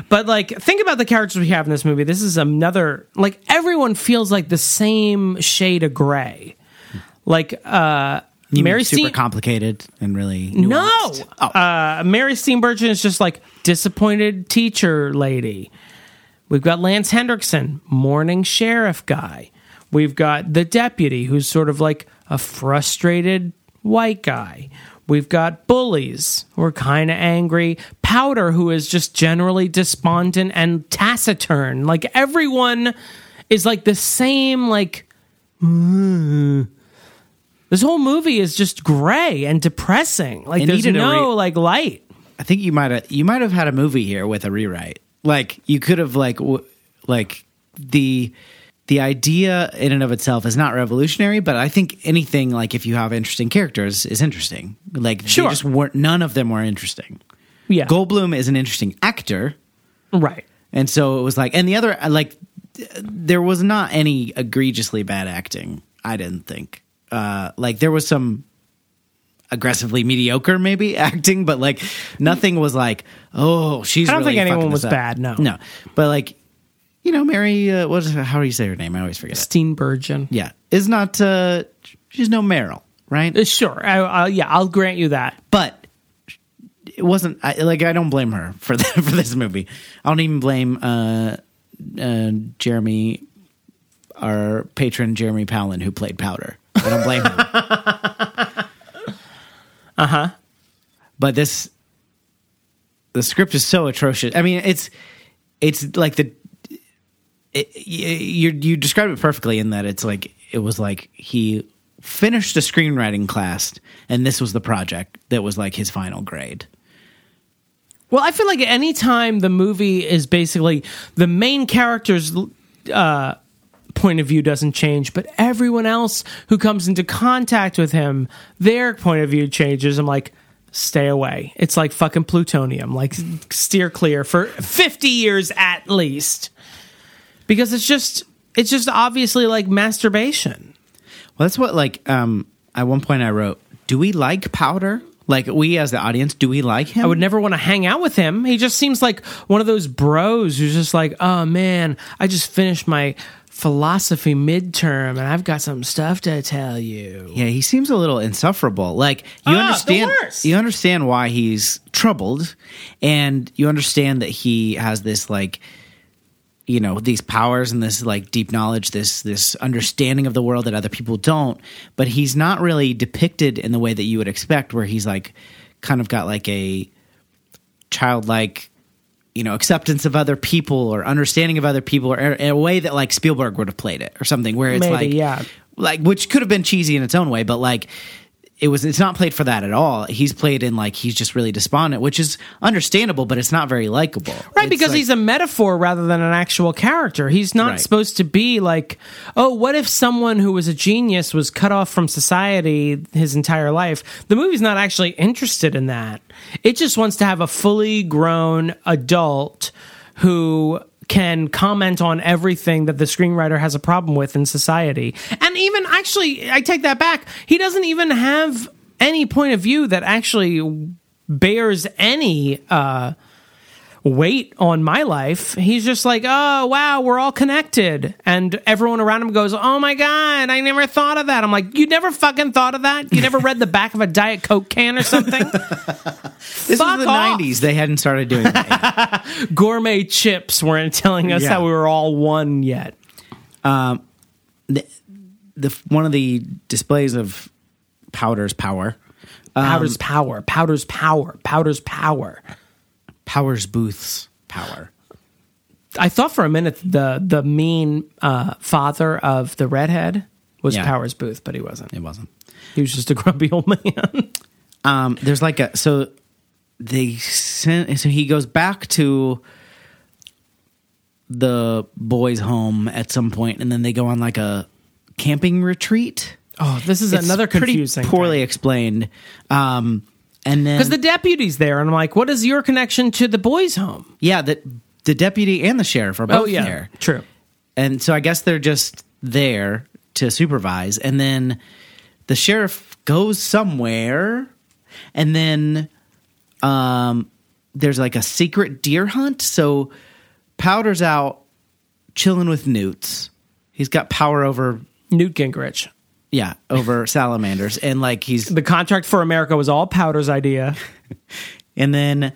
[SPEAKER 2] But like think about the characters we have in this movie. This is another like everyone feels like the same shade of gray. Like uh
[SPEAKER 1] You mean
[SPEAKER 2] Mary
[SPEAKER 1] super
[SPEAKER 2] Steen-
[SPEAKER 1] complicated and really
[SPEAKER 2] no,
[SPEAKER 1] nuanced? Oh,
[SPEAKER 2] uh, Mary Steenburgen is just like disappointed teacher lady. We've got Lance Hendrickson, morning sheriff guy. We've got the deputy, who's sort of like a frustrated white guy. We've got bullies who are kind of angry. Powder, who is just generally despondent and taciturn. Like everyone is like the same, like "Mm." this whole movie is just gray and depressing. Like
[SPEAKER 1] It
[SPEAKER 2] there's
[SPEAKER 1] needed a
[SPEAKER 2] no
[SPEAKER 1] re-
[SPEAKER 2] like light.
[SPEAKER 1] I think you might have you might have had a movie here with a rewrite. Like you could have like w- like the the idea in and of itself is not revolutionary, but I think anything like if you have interesting characters is interesting. Like
[SPEAKER 2] Sure.
[SPEAKER 1] they just weren't none of them were interesting.
[SPEAKER 2] Yeah.
[SPEAKER 1] Goldblum is an interesting actor,
[SPEAKER 2] Right.
[SPEAKER 1] and so it was like and the other like th- there was not any egregiously bad acting. I didn't think. Uh, like there was some aggressively mediocre maybe acting but like nothing was like oh she's
[SPEAKER 2] I don't
[SPEAKER 1] really
[SPEAKER 2] think anyone
[SPEAKER 1] fucking
[SPEAKER 2] was
[SPEAKER 1] this up.
[SPEAKER 2] bad, no.
[SPEAKER 1] no but like you know mary uh, what is how do you say her name i always forget it.
[SPEAKER 2] Steenburgen.
[SPEAKER 1] yeah is not uh she's no meryl right
[SPEAKER 2] Uh, Sure. I, I, yeah, I'll grant you that.
[SPEAKER 1] but it wasn't I, like i don't blame her for the, for this movie i don't even blame uh uh jeremy our patron jeremy Powlin who played powder i don't blame him uh-huh but this the script is so atrocious i mean it's it's like the it, y- you you described it perfectly in that it's like it was like he finished a screenwriting class and this was the project that was like his final grade
[SPEAKER 2] Well, I feel like any time the movie is basically the main character's uh, point of view doesn't change, but everyone else who comes into contact with him, their point of view changes. I'm like, stay away. It's like fucking plutonium. Like, steer clear for 50 years at least, because it's just it's just obviously like masturbation.
[SPEAKER 1] well that's what like um at one point i wrote do we like powder like we as the audience do we like him
[SPEAKER 2] I would never want to hang out with him. He just seems like one of those bros who's just like, oh man, I just finished my philosophy midterm and I've got some stuff to tell you.
[SPEAKER 1] yeah he seems a little insufferable like you
[SPEAKER 2] Ah, the
[SPEAKER 1] understand
[SPEAKER 2] worst.
[SPEAKER 1] you understand why he's troubled and you understand that he has this like you know these powers and this like deep knowledge this this understanding of the world that other people don't but he's not really depicted in the way that you would expect where he's like kind of got like a childlike you know acceptance of other people or understanding of other people or in a way that like Spielberg would have played it or something where it's
[SPEAKER 2] Maybe,
[SPEAKER 1] like
[SPEAKER 2] yeah.
[SPEAKER 1] like which could have been cheesy in its own way but like it was it's not played for that at all he's played in like he's just really despondent which is understandable but it's not very likable
[SPEAKER 2] Right, because he's a metaphor rather than an actual character. He's not
[SPEAKER 1] Right.
[SPEAKER 2] supposed to be like, oh, what if someone who was a genius was cut off from society his entire life? The movie's not actually interested in that. It just wants to have a fully grown adult who can comment on everything that the screenwriter has a problem with in society. And even actually, I take that back. He doesn't even have any point of view that actually bears any weight on my life. He's just like, oh, wow, we're all connected. And everyone around him goes, oh my God, I never thought of that. I'm like, you never fucking thought of that? You never read the back of a Diet Coke can or something?
[SPEAKER 1] This
[SPEAKER 2] Fuck
[SPEAKER 1] was the
[SPEAKER 2] off.
[SPEAKER 1] 90s. They hadn't started doing that. yet.
[SPEAKER 2] Gourmet chips weren't telling us
[SPEAKER 1] Yeah.
[SPEAKER 2] that we were all one yet.
[SPEAKER 1] the, one of the displays of Powder's power, uh,
[SPEAKER 2] Powder's power, powder's power, powder's power.
[SPEAKER 1] Powder's Booth's power.
[SPEAKER 2] I thought for a minute the the mean uh, father of the redhead was
[SPEAKER 1] Yeah.
[SPEAKER 2] Powers Booth, but he wasn't.
[SPEAKER 1] It wasn't.
[SPEAKER 2] He was just a grumpy old man.
[SPEAKER 1] Um, there's like a so they sent so he goes back to the boys' home at some point, and then they go on like a camping retreat.
[SPEAKER 2] oh, this is
[SPEAKER 1] It's
[SPEAKER 2] another confusing.
[SPEAKER 1] pretty
[SPEAKER 2] thing.
[SPEAKER 1] poorly explained. Um, and then
[SPEAKER 2] Because the deputy's there, and I'm like, what is your connection to the boys' home?
[SPEAKER 1] yeah, that the deputy and the sheriff are both there.
[SPEAKER 2] True.
[SPEAKER 1] and so I guess they're just there to supervise, and then the sheriff goes somewhere, and then um, there's like a secret deer hunt. So Powder's out chilling with newts. He's got power over
[SPEAKER 2] Newt Gingrich.
[SPEAKER 1] yeah over salamanders, and like he's
[SPEAKER 2] The contract for America was all Powder's idea.
[SPEAKER 1] And then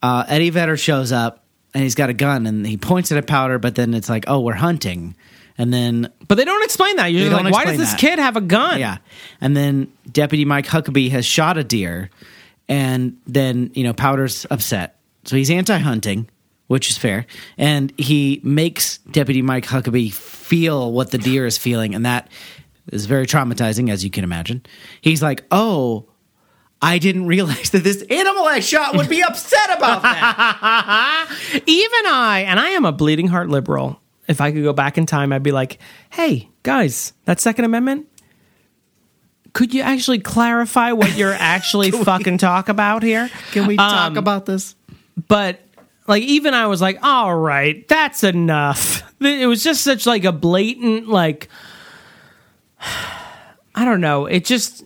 [SPEAKER 1] uh, Eddie Vedder shows up and he's got a gun and he points it at Powder, but then it's like, oh, we're hunting. And then,
[SPEAKER 2] But they don't explain that. You're
[SPEAKER 1] They
[SPEAKER 2] just
[SPEAKER 1] don't
[SPEAKER 2] like, why does
[SPEAKER 1] explain
[SPEAKER 2] this
[SPEAKER 1] that.
[SPEAKER 2] kid have a gun?
[SPEAKER 1] yeah. And then Deputy Mike Huckabee has shot a deer. And then, you know, Powder's upset. So he's anti hunting, which is fair. And he makes Deputy Mike Huckabee feel what the deer is feeling. And that is very traumatizing, as you can imagine. He's like, oh, I didn't realize that this animal I shot would be upset about that.
[SPEAKER 2] Even I, and I am a bleeding heart liberal. If I could go back in time, I'd be like, hey, guys, that Second Amendment, could you actually clarify what you're actually fucking talk about here?
[SPEAKER 1] Can we
[SPEAKER 2] talk Um,
[SPEAKER 1] about this?
[SPEAKER 2] but like even I was like, all right, that's enough. It was just such like a blatant like I don't know. It just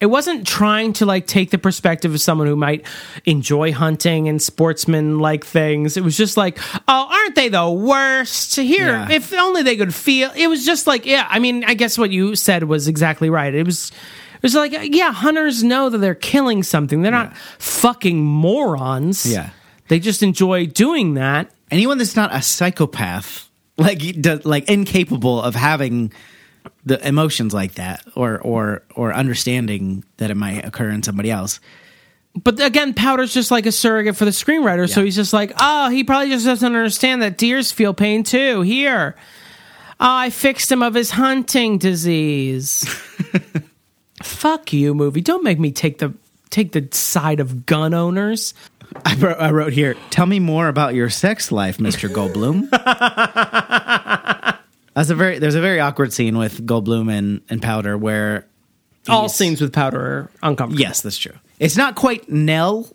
[SPEAKER 2] it wasn't trying to like take the perspective of someone who might enjoy hunting and sportsman like things. It was just like, oh, aren't they the worst? Here,
[SPEAKER 1] Yeah.
[SPEAKER 2] if only they could feel. It was just like, yeah. I mean, I guess what you said was exactly right. It was, it was like, yeah, hunters know that they're killing something. They're not fucking morons.
[SPEAKER 1] Yeah.
[SPEAKER 2] they just enjoy doing that.
[SPEAKER 1] Anyone that's not a psychopath, like you do- like incapable of having the emotions like that, or or or understanding that it might occur in somebody else.
[SPEAKER 2] But again, Powder's just like a surrogate for the screenwriter, so
[SPEAKER 1] Yeah.
[SPEAKER 2] he's just like, oh, he probably just doesn't understand that deers feel pain too. Here, oh, I fixed him of his hunting disease. Fuck you, movie! Don't make me take the take the side of gun owners.
[SPEAKER 1] I, bro- I wrote here. Tell me more about your sex life, Mister Goldblum. That's a very there's a very awkward scene with Goldblum and and Powder where
[SPEAKER 2] All
[SPEAKER 1] he's-
[SPEAKER 2] scenes with Powder are uncomfortable.
[SPEAKER 1] Yes, that's true. It's not quite Nell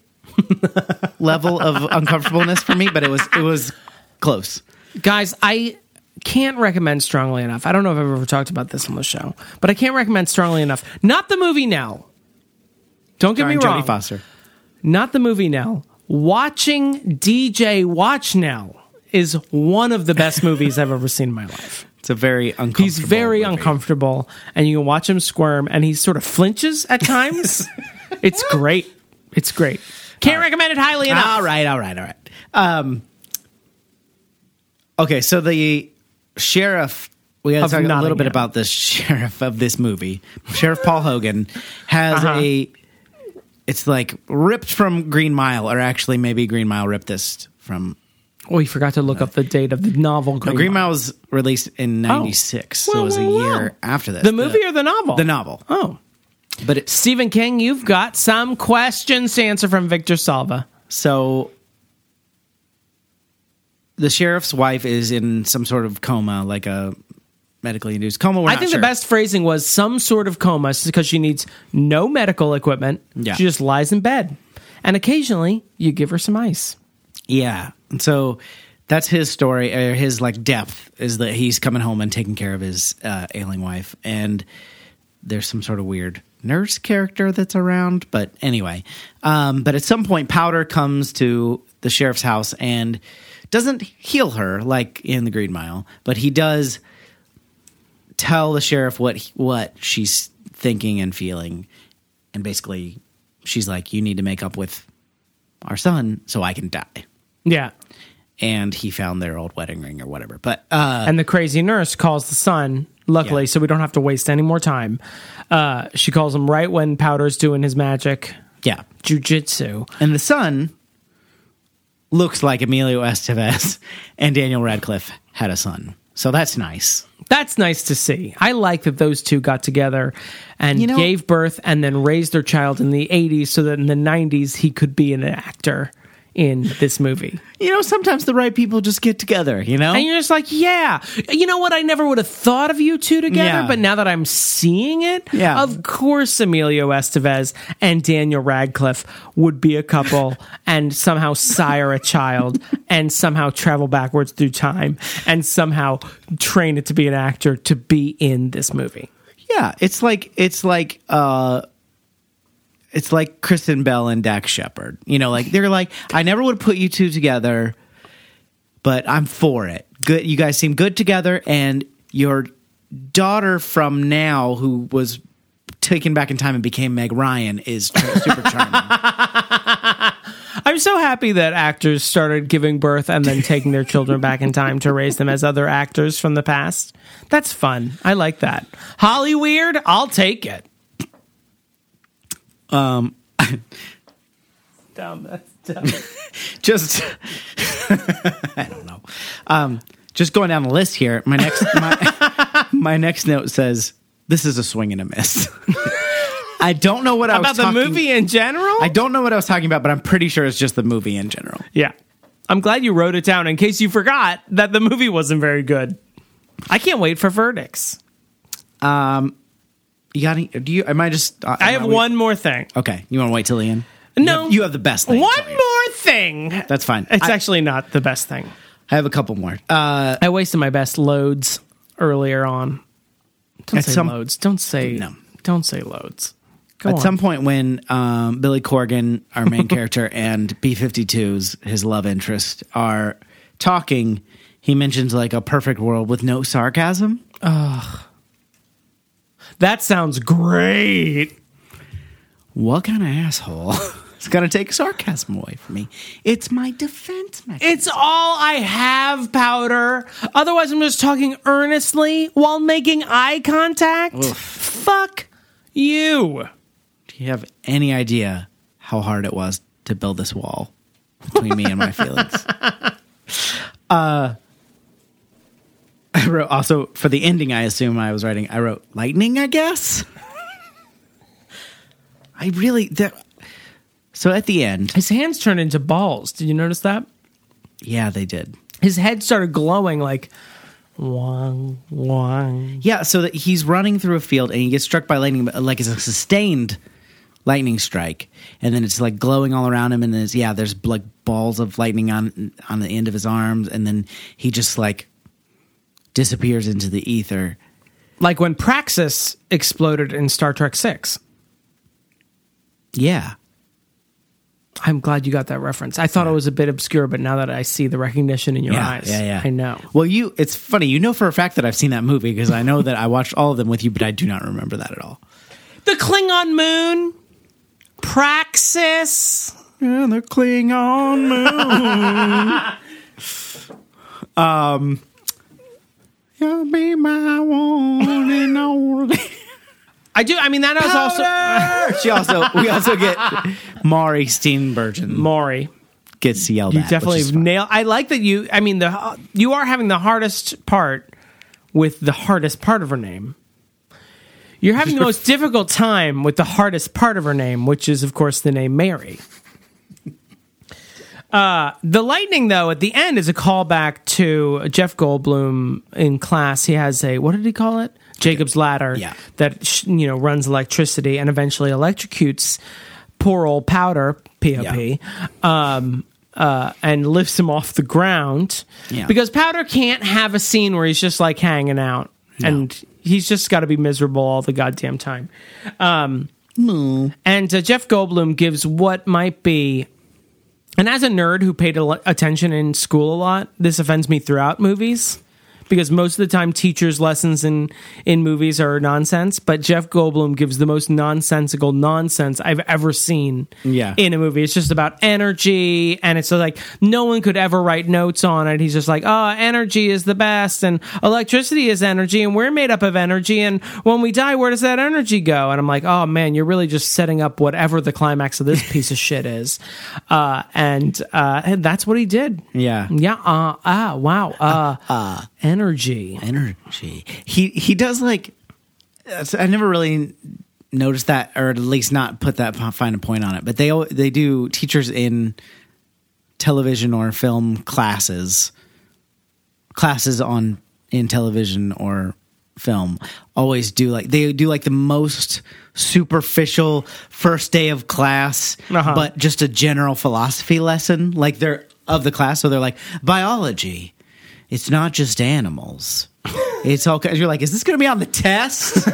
[SPEAKER 1] level of uncomfortableness for me, but it was it was close.
[SPEAKER 2] guys i can't recommend strongly enough i don't know if i've ever talked about this on the show but i can't recommend strongly enough not the movie now don't get
[SPEAKER 1] Starring
[SPEAKER 2] me wrong
[SPEAKER 1] Jodie Foster.
[SPEAKER 2] not the movie now watching dj watch now is one of the best movies i've ever seen in my life
[SPEAKER 1] It's a very uncomfortable.
[SPEAKER 2] he's very
[SPEAKER 1] movie.
[SPEAKER 2] uncomfortable and you can watch him squirm and he sort of flinches at times it's great it's great can't
[SPEAKER 1] Uh,
[SPEAKER 2] recommend it highly enough
[SPEAKER 1] All right, all right, all right. Um, okay, so the sheriff. We got
[SPEAKER 2] Of
[SPEAKER 1] to talk a little bit
[SPEAKER 2] Nottingham.
[SPEAKER 1] about the sheriff of this movie. Sheriff Paul Hogan has
[SPEAKER 2] Uh-huh.
[SPEAKER 1] a. It's like ripped from Green Mile, or actually, maybe Green Mile ripped this from.
[SPEAKER 2] oh you forgot to look up the date of the novel
[SPEAKER 1] No,
[SPEAKER 2] green,
[SPEAKER 1] Green
[SPEAKER 2] Mile.
[SPEAKER 1] Mile
[SPEAKER 2] Oh.
[SPEAKER 1] was released in '96, so
[SPEAKER 2] Whoa,
[SPEAKER 1] it was a
[SPEAKER 2] whoa, whoa.
[SPEAKER 1] year after this.
[SPEAKER 2] The movie or the novel?
[SPEAKER 1] The novel,
[SPEAKER 2] Oh.
[SPEAKER 1] but it,
[SPEAKER 2] Stephen King, you've got some questions to answer from Victor Salva.
[SPEAKER 1] So the sheriff's wife is in some sort of coma, like a medically induced coma. We're
[SPEAKER 2] I
[SPEAKER 1] not
[SPEAKER 2] think
[SPEAKER 1] sure.
[SPEAKER 2] the best phrasing was some sort of coma because she needs no medical equipment.
[SPEAKER 1] Yeah.
[SPEAKER 2] She just lies in bed. And occasionally you give her some ice.
[SPEAKER 1] Yeah. And so that's his story, or his like depth is that he's coming home and taking care of his uh, ailing wife. And there's some sort of weird nurse character that's around. But anyway, um, but at some point, Powder comes to the sheriff's house and doesn't heal her like in the Green Mile, but he does tell the sheriff what he- what she's thinking and feeling, and basically, she's like, "You need to make up with our son so I can die."
[SPEAKER 2] Yeah.
[SPEAKER 1] and he found their old wedding ring or whatever. But uh,
[SPEAKER 2] and the crazy nurse calls the son, luckily,
[SPEAKER 1] Yeah.
[SPEAKER 2] so we don't have to waste any more time. Uh, she calls him right when Powder's doing his magic
[SPEAKER 1] yeah,
[SPEAKER 2] jujitsu.
[SPEAKER 1] and the son looks like Emilio Estevez and Daniel Radcliffe had a son, so that's nice.
[SPEAKER 2] That's nice to see. I like that those two got together and
[SPEAKER 1] You know-
[SPEAKER 2] gave birth and then raised their child in the 80s so that in the 90s he could be an actor in this movie.
[SPEAKER 1] You know, sometimes the right people just get together, you know?
[SPEAKER 2] And you're just like, yeah, you know what? I never would have thought of you two together,
[SPEAKER 1] Yeah.
[SPEAKER 2] but now that I'm seeing it,
[SPEAKER 1] Yeah.
[SPEAKER 2] of course Emilio Estevez and Daniel Radcliffe would be a couple and somehow sire a child and somehow travel backwards through time and somehow train it to be an actor to be in this movie.
[SPEAKER 1] Yeah, it's like it's like uh it's like Kristen Bell and Dak Shepard. You know, like they're like I never would put you two together, but I'm for it. Good, you guys seem good together, and your daughter from now, who was taken back in time and became Meg Ryan, is tr- super charming.
[SPEAKER 2] I'm so happy that actors started giving birth and then taking their children back in time to raise them as other actors from the past. That's fun. I like that. Holly Weird, I'll take it. Um, dumb. That's dumb.
[SPEAKER 1] just I don't know. Um, just going down the list here. My next my, my next note says this is a swing and a miss. I don't know what I
[SPEAKER 2] About
[SPEAKER 1] was
[SPEAKER 2] the
[SPEAKER 1] talking-
[SPEAKER 2] movie in general?
[SPEAKER 1] I don't know what I was talking about, but I'm pretty sure it's just the movie in general.
[SPEAKER 2] yeah. I'm glad you wrote it down in case you forgot that the movie wasn't very good. I can't wait for verdicts.
[SPEAKER 1] You got any? Do you? Am I just? Uh,
[SPEAKER 2] I
[SPEAKER 1] am
[SPEAKER 2] have
[SPEAKER 1] we-
[SPEAKER 2] one more thing.
[SPEAKER 1] Okay, you want to wait till the end? you
[SPEAKER 2] No.
[SPEAKER 1] have, you have the best thing.
[SPEAKER 2] One
[SPEAKER 1] till the end.
[SPEAKER 2] more thing.
[SPEAKER 1] That's fine.
[SPEAKER 2] It's
[SPEAKER 1] I,
[SPEAKER 2] actually not the best thing.
[SPEAKER 1] I have a couple more. Uh,
[SPEAKER 2] I wasted my best loads earlier on. Don't
[SPEAKER 1] At
[SPEAKER 2] say
[SPEAKER 1] some-
[SPEAKER 2] loads. Don't say
[SPEAKER 1] No.
[SPEAKER 2] Don't say loads. Go
[SPEAKER 1] at
[SPEAKER 2] on.
[SPEAKER 1] some point, when um, Billy Corgan, our main character, and B52s, his love interest, are talking, he mentions like a perfect world with no sarcasm.
[SPEAKER 2] that sounds great.
[SPEAKER 1] What kind of asshole? It's gonna take sarcasm away from me. It's my defense mechanism.
[SPEAKER 2] It's all I have, powder. Otherwise, I'm just talking earnestly while making eye contact. Fuck you.
[SPEAKER 1] Do you have any idea how hard it was to build this wall between me and my feelings? Uh, I wrote also for the ending. I assume I was writing. I wrote lightning. I guess. I really that. So at the end,
[SPEAKER 2] His hands turned into balls. Did you notice that?
[SPEAKER 1] yeah, they did.
[SPEAKER 2] His head started glowing like wong wong.
[SPEAKER 1] Yeah, so that he's running through a field and he gets struck by lightning, but like it's a sustained lightning strike, and then it's like glowing all around him, and then it's, yeah, there's like balls of lightning on on the end of his arms, and then he just like disappears into the ether.
[SPEAKER 2] Like when Praxis exploded in Star Trek 6.
[SPEAKER 1] Yeah,
[SPEAKER 2] I'm glad you got that reference. I thought it was a bit obscure, but now that I see the recognition in your
[SPEAKER 1] yeah,
[SPEAKER 2] eyes,
[SPEAKER 1] yeah, yeah.
[SPEAKER 2] I know.
[SPEAKER 1] Well, you, it's funny. You know for a fact that I've seen that movie because I know that I watched all of them with you, but I do not remember that at all.
[SPEAKER 2] The Klingon moon, Praxis.
[SPEAKER 1] Yeah, the Klingon moon. um, you'll Um, be my one and only.
[SPEAKER 2] I do. I mean, that was also
[SPEAKER 1] she also, we also get Mari Steenburgen
[SPEAKER 2] Maury.
[SPEAKER 1] gets yelled
[SPEAKER 2] You
[SPEAKER 1] at.
[SPEAKER 2] definitely
[SPEAKER 1] which is fun.
[SPEAKER 2] nail. I like that you. I mean, the you are having the hardest part with the hardest part of her name. You're having the most difficult time with the hardest part of her name, which is, of course, the name Mary. Uh, the lightning, though, at the end is a callback to Jeff Goldblum in class. He has a what did he call it? Jacob's ladder
[SPEAKER 1] Yeah.
[SPEAKER 2] that sh- you know runs electricity and eventually electrocutes poor old powder pop um, uh, and lifts him off the ground
[SPEAKER 1] Yeah.
[SPEAKER 2] because powder can't have a scene where he's just like hanging out and he's just got to be miserable all the goddamn time Um, and uh, Jeff Goldblum gives what might be, and as a nerd who paid a lo- attention in school a lot, this offends me throughout movies because most of the time teachers' lessons in in movies are nonsense. But Jeff Goldblum gives the most nonsensical nonsense I've ever seen.
[SPEAKER 1] Yeah.
[SPEAKER 2] in a movie, it's just about energy, and it's like no one could ever write notes on it. He's just like, oh, energy is the best, and electricity is energy, and we're made up of energy, and when we die, where does that energy go? And I'm like, oh man, you're really just setting up whatever the climax of this piece of shit is, uh, and uh, and that's what he did.
[SPEAKER 1] Yeah.
[SPEAKER 2] Yeah. Uh, ah. Wow. Uh, Energy.
[SPEAKER 1] energy. He he does like. that's- I never really noticed that, or at least not put that fine a point on it. But they al- they do teachers in television or film classes, classes on in television or film always do like they do like the most superficial first day of class
[SPEAKER 2] Uh-huh.
[SPEAKER 1] but just a general philosophy lesson like they're of the class so they're like biology it's not just animals it's all you're like is this going to be on the test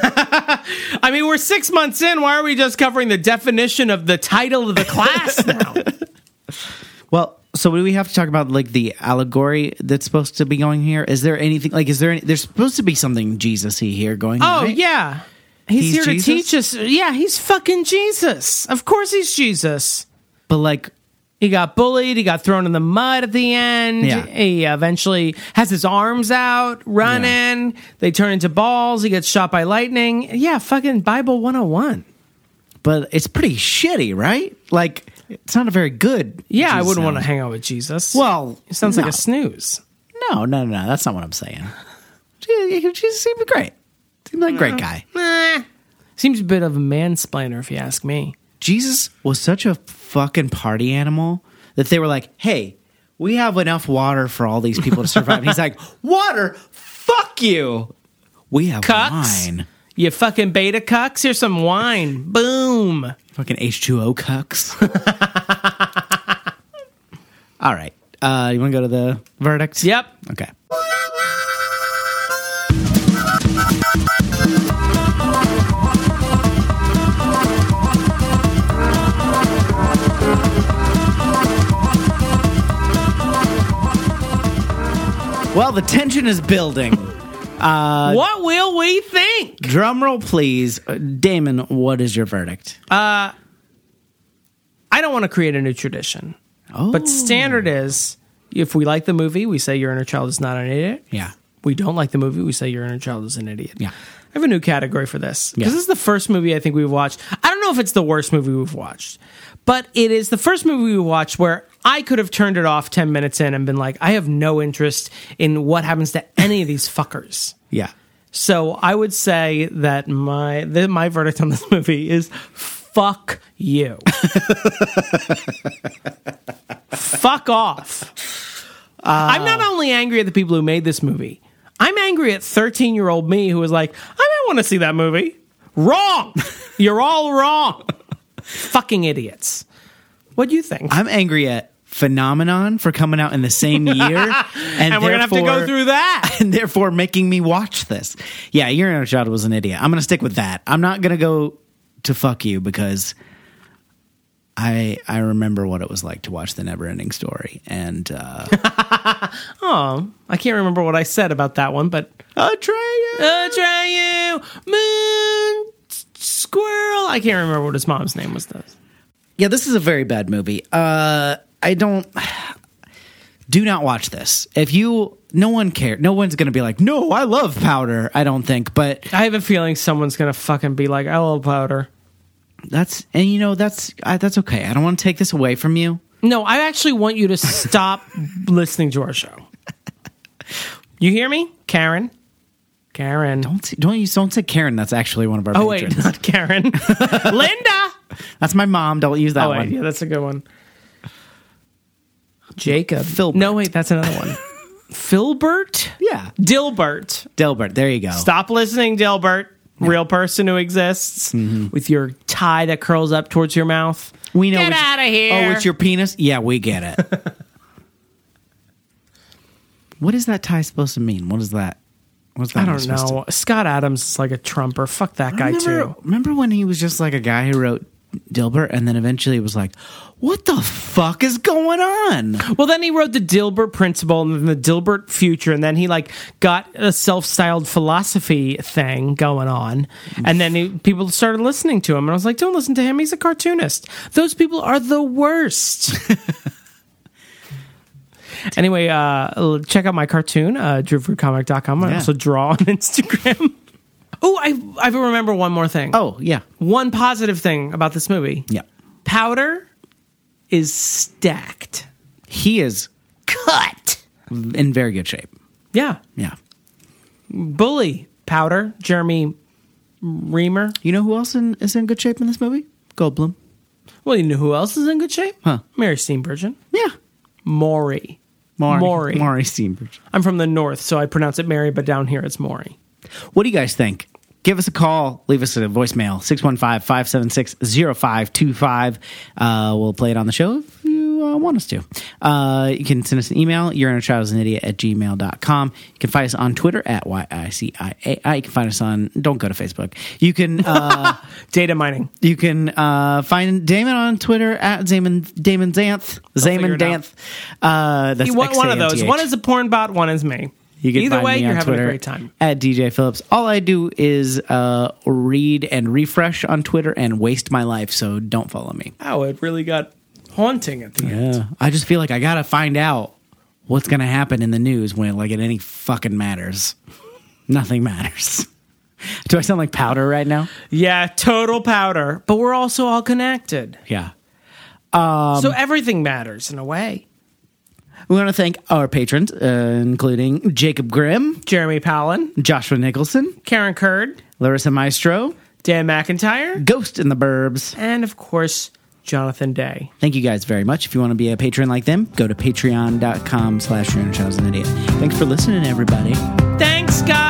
[SPEAKER 2] I mean, we're six months in. Why are we just covering the definition of the title of the class now?
[SPEAKER 1] Well, so do we have to talk about like the allegory that's supposed to be going here? Is there anything like is there any, there's supposed to be something Jesus-y here going?
[SPEAKER 2] oh,
[SPEAKER 1] right?
[SPEAKER 2] yeah. He's,
[SPEAKER 1] He's
[SPEAKER 2] here
[SPEAKER 1] Jesus?
[SPEAKER 2] to teach us. Yeah, he's fucking Jesus. Of course he's Jesus.
[SPEAKER 1] but like
[SPEAKER 2] He got bullied. He got thrown in the mud at the end.
[SPEAKER 1] Yeah.
[SPEAKER 2] He eventually has his arms out, running. They turn into balls. He gets shot by lightning. Yeah, fucking Bible 101.
[SPEAKER 1] but it's pretty shitty, right? Like it's not a very good.
[SPEAKER 2] Yeah, I
[SPEAKER 1] Jesus
[SPEAKER 2] wouldn't want to
[SPEAKER 1] sound.
[SPEAKER 2] hang out with Jesus.
[SPEAKER 1] Well,
[SPEAKER 2] he sounds
[SPEAKER 1] no.
[SPEAKER 2] like a snooze.
[SPEAKER 1] No, no, no, no. That's not what I'm saying. Je- Jesus seemed great. Seemed like a great guy.
[SPEAKER 2] Nah. Seems a bit of a mansplainer, if you ask me.
[SPEAKER 1] Jesus was such a fucking party animal that they were like, "Hey, we have enough water for all these people to survive." And he's like, "Water? Fuck you. We have
[SPEAKER 2] Cucks.
[SPEAKER 1] wine."
[SPEAKER 2] You fucking beta cucks. Here's some wine. Boom.
[SPEAKER 1] Fucking H2O cucks. All right. Uh, you want to go to the verdict?
[SPEAKER 2] Yep.
[SPEAKER 1] Okay. Well, the tension is building. Uh,
[SPEAKER 2] what will we think?
[SPEAKER 1] Drum roll, please. Uh, Damon, what is your verdict? Uh,
[SPEAKER 2] I don't want to create a new tradition.
[SPEAKER 1] Oh.
[SPEAKER 2] But standard is if we like the movie, we say your inner child is not an idiot.
[SPEAKER 1] yeah.
[SPEAKER 2] We don't like the movie, we say your inner child is an idiot.
[SPEAKER 1] Yeah.
[SPEAKER 2] I have a new category for this.
[SPEAKER 1] Yeah.
[SPEAKER 2] Because this is the first movie I think we've watched. I don't know if it's the worst movie we've watched, but it is the first movie we watched where I could have turned it off 10 minutes in and been like, I have no interest in what happens to any of these fuckers.
[SPEAKER 1] Yeah.
[SPEAKER 2] So I would say that my th- my verdict on this movie is fuck you. fuck off. I'm not only angry at the people who made this movie. I'm angry at 13-year-old me who was like, I might want to see that movie. Wrong. You're all wrong. Fucking idiots. What do you think?
[SPEAKER 1] I'm angry at Phenomenon for coming out in the same year. And,
[SPEAKER 2] and we're going to have to
[SPEAKER 1] therefore-
[SPEAKER 2] go through that.
[SPEAKER 1] and therefore making me watch this. Yeah, your inner child was an idiot. I'm going to stick with that. I'm not going to go to fuck you because I I remember what it was like to watch the never ending story. And uh,
[SPEAKER 2] I can't remember what I said about that one, but
[SPEAKER 1] Atreyu,
[SPEAKER 2] I'll try you, moon s- squirrel. I can't remember what his mom's name was. Though.
[SPEAKER 1] yeah, this is a very bad movie. Uh, I don't. Do not watch this. If you, no one cares. No one's going to be like, no, I love powder. I don't think, but
[SPEAKER 2] I have a feeling someone's gonna fucking be like, "I love powder."
[SPEAKER 1] that's and you know that's I, that's okay. I don't want to take this away from you.
[SPEAKER 2] No, I actually want you to stop listening to our show. You hear me, Karen? Karen.
[SPEAKER 1] Don't say, don't you don't say Karen. That's actually one of our.
[SPEAKER 2] oh
[SPEAKER 1] patrons.
[SPEAKER 2] wait, not Karen. Linda.
[SPEAKER 1] That's my mom. Don't use that
[SPEAKER 2] Oh
[SPEAKER 1] one.
[SPEAKER 2] wait, yeah, that's a good one. Jacob.
[SPEAKER 1] Filbert.
[SPEAKER 2] No, wait, that's another one. Filbert.
[SPEAKER 1] Yeah.
[SPEAKER 2] Dilbert.
[SPEAKER 1] Delbert. There you go.
[SPEAKER 2] Stop listening, Dilbert. Real person who exists with your tie that curls up towards your mouth.
[SPEAKER 1] We know
[SPEAKER 2] Get
[SPEAKER 1] it's-
[SPEAKER 2] out of here.
[SPEAKER 1] Oh, it's your penis? Yeah, we get it. what is that tie supposed to mean? What is that? What's that?
[SPEAKER 2] I
[SPEAKER 1] one
[SPEAKER 2] don't
[SPEAKER 1] supposed
[SPEAKER 2] know. Scott Adams is like a trumper. Fuck that
[SPEAKER 1] To-
[SPEAKER 2] guy
[SPEAKER 1] remember,
[SPEAKER 2] too.
[SPEAKER 1] remember when he was just like a guy who wrote Dilbert and then eventually was like, what the fuck is going on?
[SPEAKER 2] Well, then he wrote the Dilbert Principle and then the Dilbert Future, and then he like got a self-styled philosophy thing going on, and then he, people started listening to him, and I was like, don't listen to him. He's a cartoonist. Those people are the worst. anyway, uh, l- check out my cartoon, uh, drewfruitcomic.com. I
[SPEAKER 1] Yeah.
[SPEAKER 2] also draw on Instagram. oh, I I remember one more thing.
[SPEAKER 1] Oh, yeah.
[SPEAKER 2] One positive thing about this movie.
[SPEAKER 1] Yeah.
[SPEAKER 2] Powder is stacked.
[SPEAKER 1] He is
[SPEAKER 2] Cut.
[SPEAKER 1] in very good shape.
[SPEAKER 2] Yeah.
[SPEAKER 1] Yeah.
[SPEAKER 2] Bully Powder, Jeremy Reamer.
[SPEAKER 1] You know who else in, is in good shape in this movie? Goldblum.
[SPEAKER 2] Well, you know who else is in good shape?
[SPEAKER 1] Huh.
[SPEAKER 2] Mary Steenburgen.
[SPEAKER 1] Yeah.
[SPEAKER 2] Maury.
[SPEAKER 1] Maury.
[SPEAKER 2] Maury.
[SPEAKER 1] Maury Steenbridge.
[SPEAKER 2] I'm from the north, so I pronounce it Mary, but down here it's Maury.
[SPEAKER 1] What do you guys think? Give us a call. Leave us a voicemail, 615-576-0525. Uh, we'll play it on the show if you uh, want us to. Uh, you can send us an email, your inner child is an idiot at gmail.com. You can find us on Twitter at YICIAI. Uh, You can find us on, don't go to Facebook. You can... Uh,
[SPEAKER 2] Data mining.
[SPEAKER 1] You can uh, find Damon on Twitter at Damon Damon Danth.
[SPEAKER 2] figure
[SPEAKER 1] Damon
[SPEAKER 2] it out.
[SPEAKER 1] Danth. Uh, that's
[SPEAKER 2] You want one of those.
[SPEAKER 1] XANTH.
[SPEAKER 2] One is a porn bot, one is me.
[SPEAKER 1] You can
[SPEAKER 2] Either
[SPEAKER 1] find
[SPEAKER 2] way,
[SPEAKER 1] me
[SPEAKER 2] you're
[SPEAKER 1] on
[SPEAKER 2] having
[SPEAKER 1] Twitter
[SPEAKER 2] a great time.
[SPEAKER 1] At DJ Phillips. All I do is uh, read and refresh on Twitter and waste my life, so don't follow me.
[SPEAKER 2] Oh, it really got haunting at the end.
[SPEAKER 1] Yeah. I just feel like I gotta find out what's gonna happen in the news when like it any fucking matters. Nothing matters. Do I sound like powder right now?
[SPEAKER 2] Yeah, total powder. But we're also all connected.
[SPEAKER 1] Yeah.
[SPEAKER 2] so everything matters in a way.
[SPEAKER 1] We want to thank our patrons, uh, including Jacob Grimm,
[SPEAKER 2] Jeremy Palin,
[SPEAKER 1] Joshua Nicholson,
[SPEAKER 2] Karen Kurd,
[SPEAKER 1] Larissa Maestro,
[SPEAKER 2] Dan McIntyre,
[SPEAKER 1] Ghost in the Burbs.
[SPEAKER 2] and of course, Jonathan Day.
[SPEAKER 1] Thank you guys very much. If you want to be a patron like them, go to patreon.com slash Idiot. Thanks for listening, everybody.
[SPEAKER 2] Thanks, guys.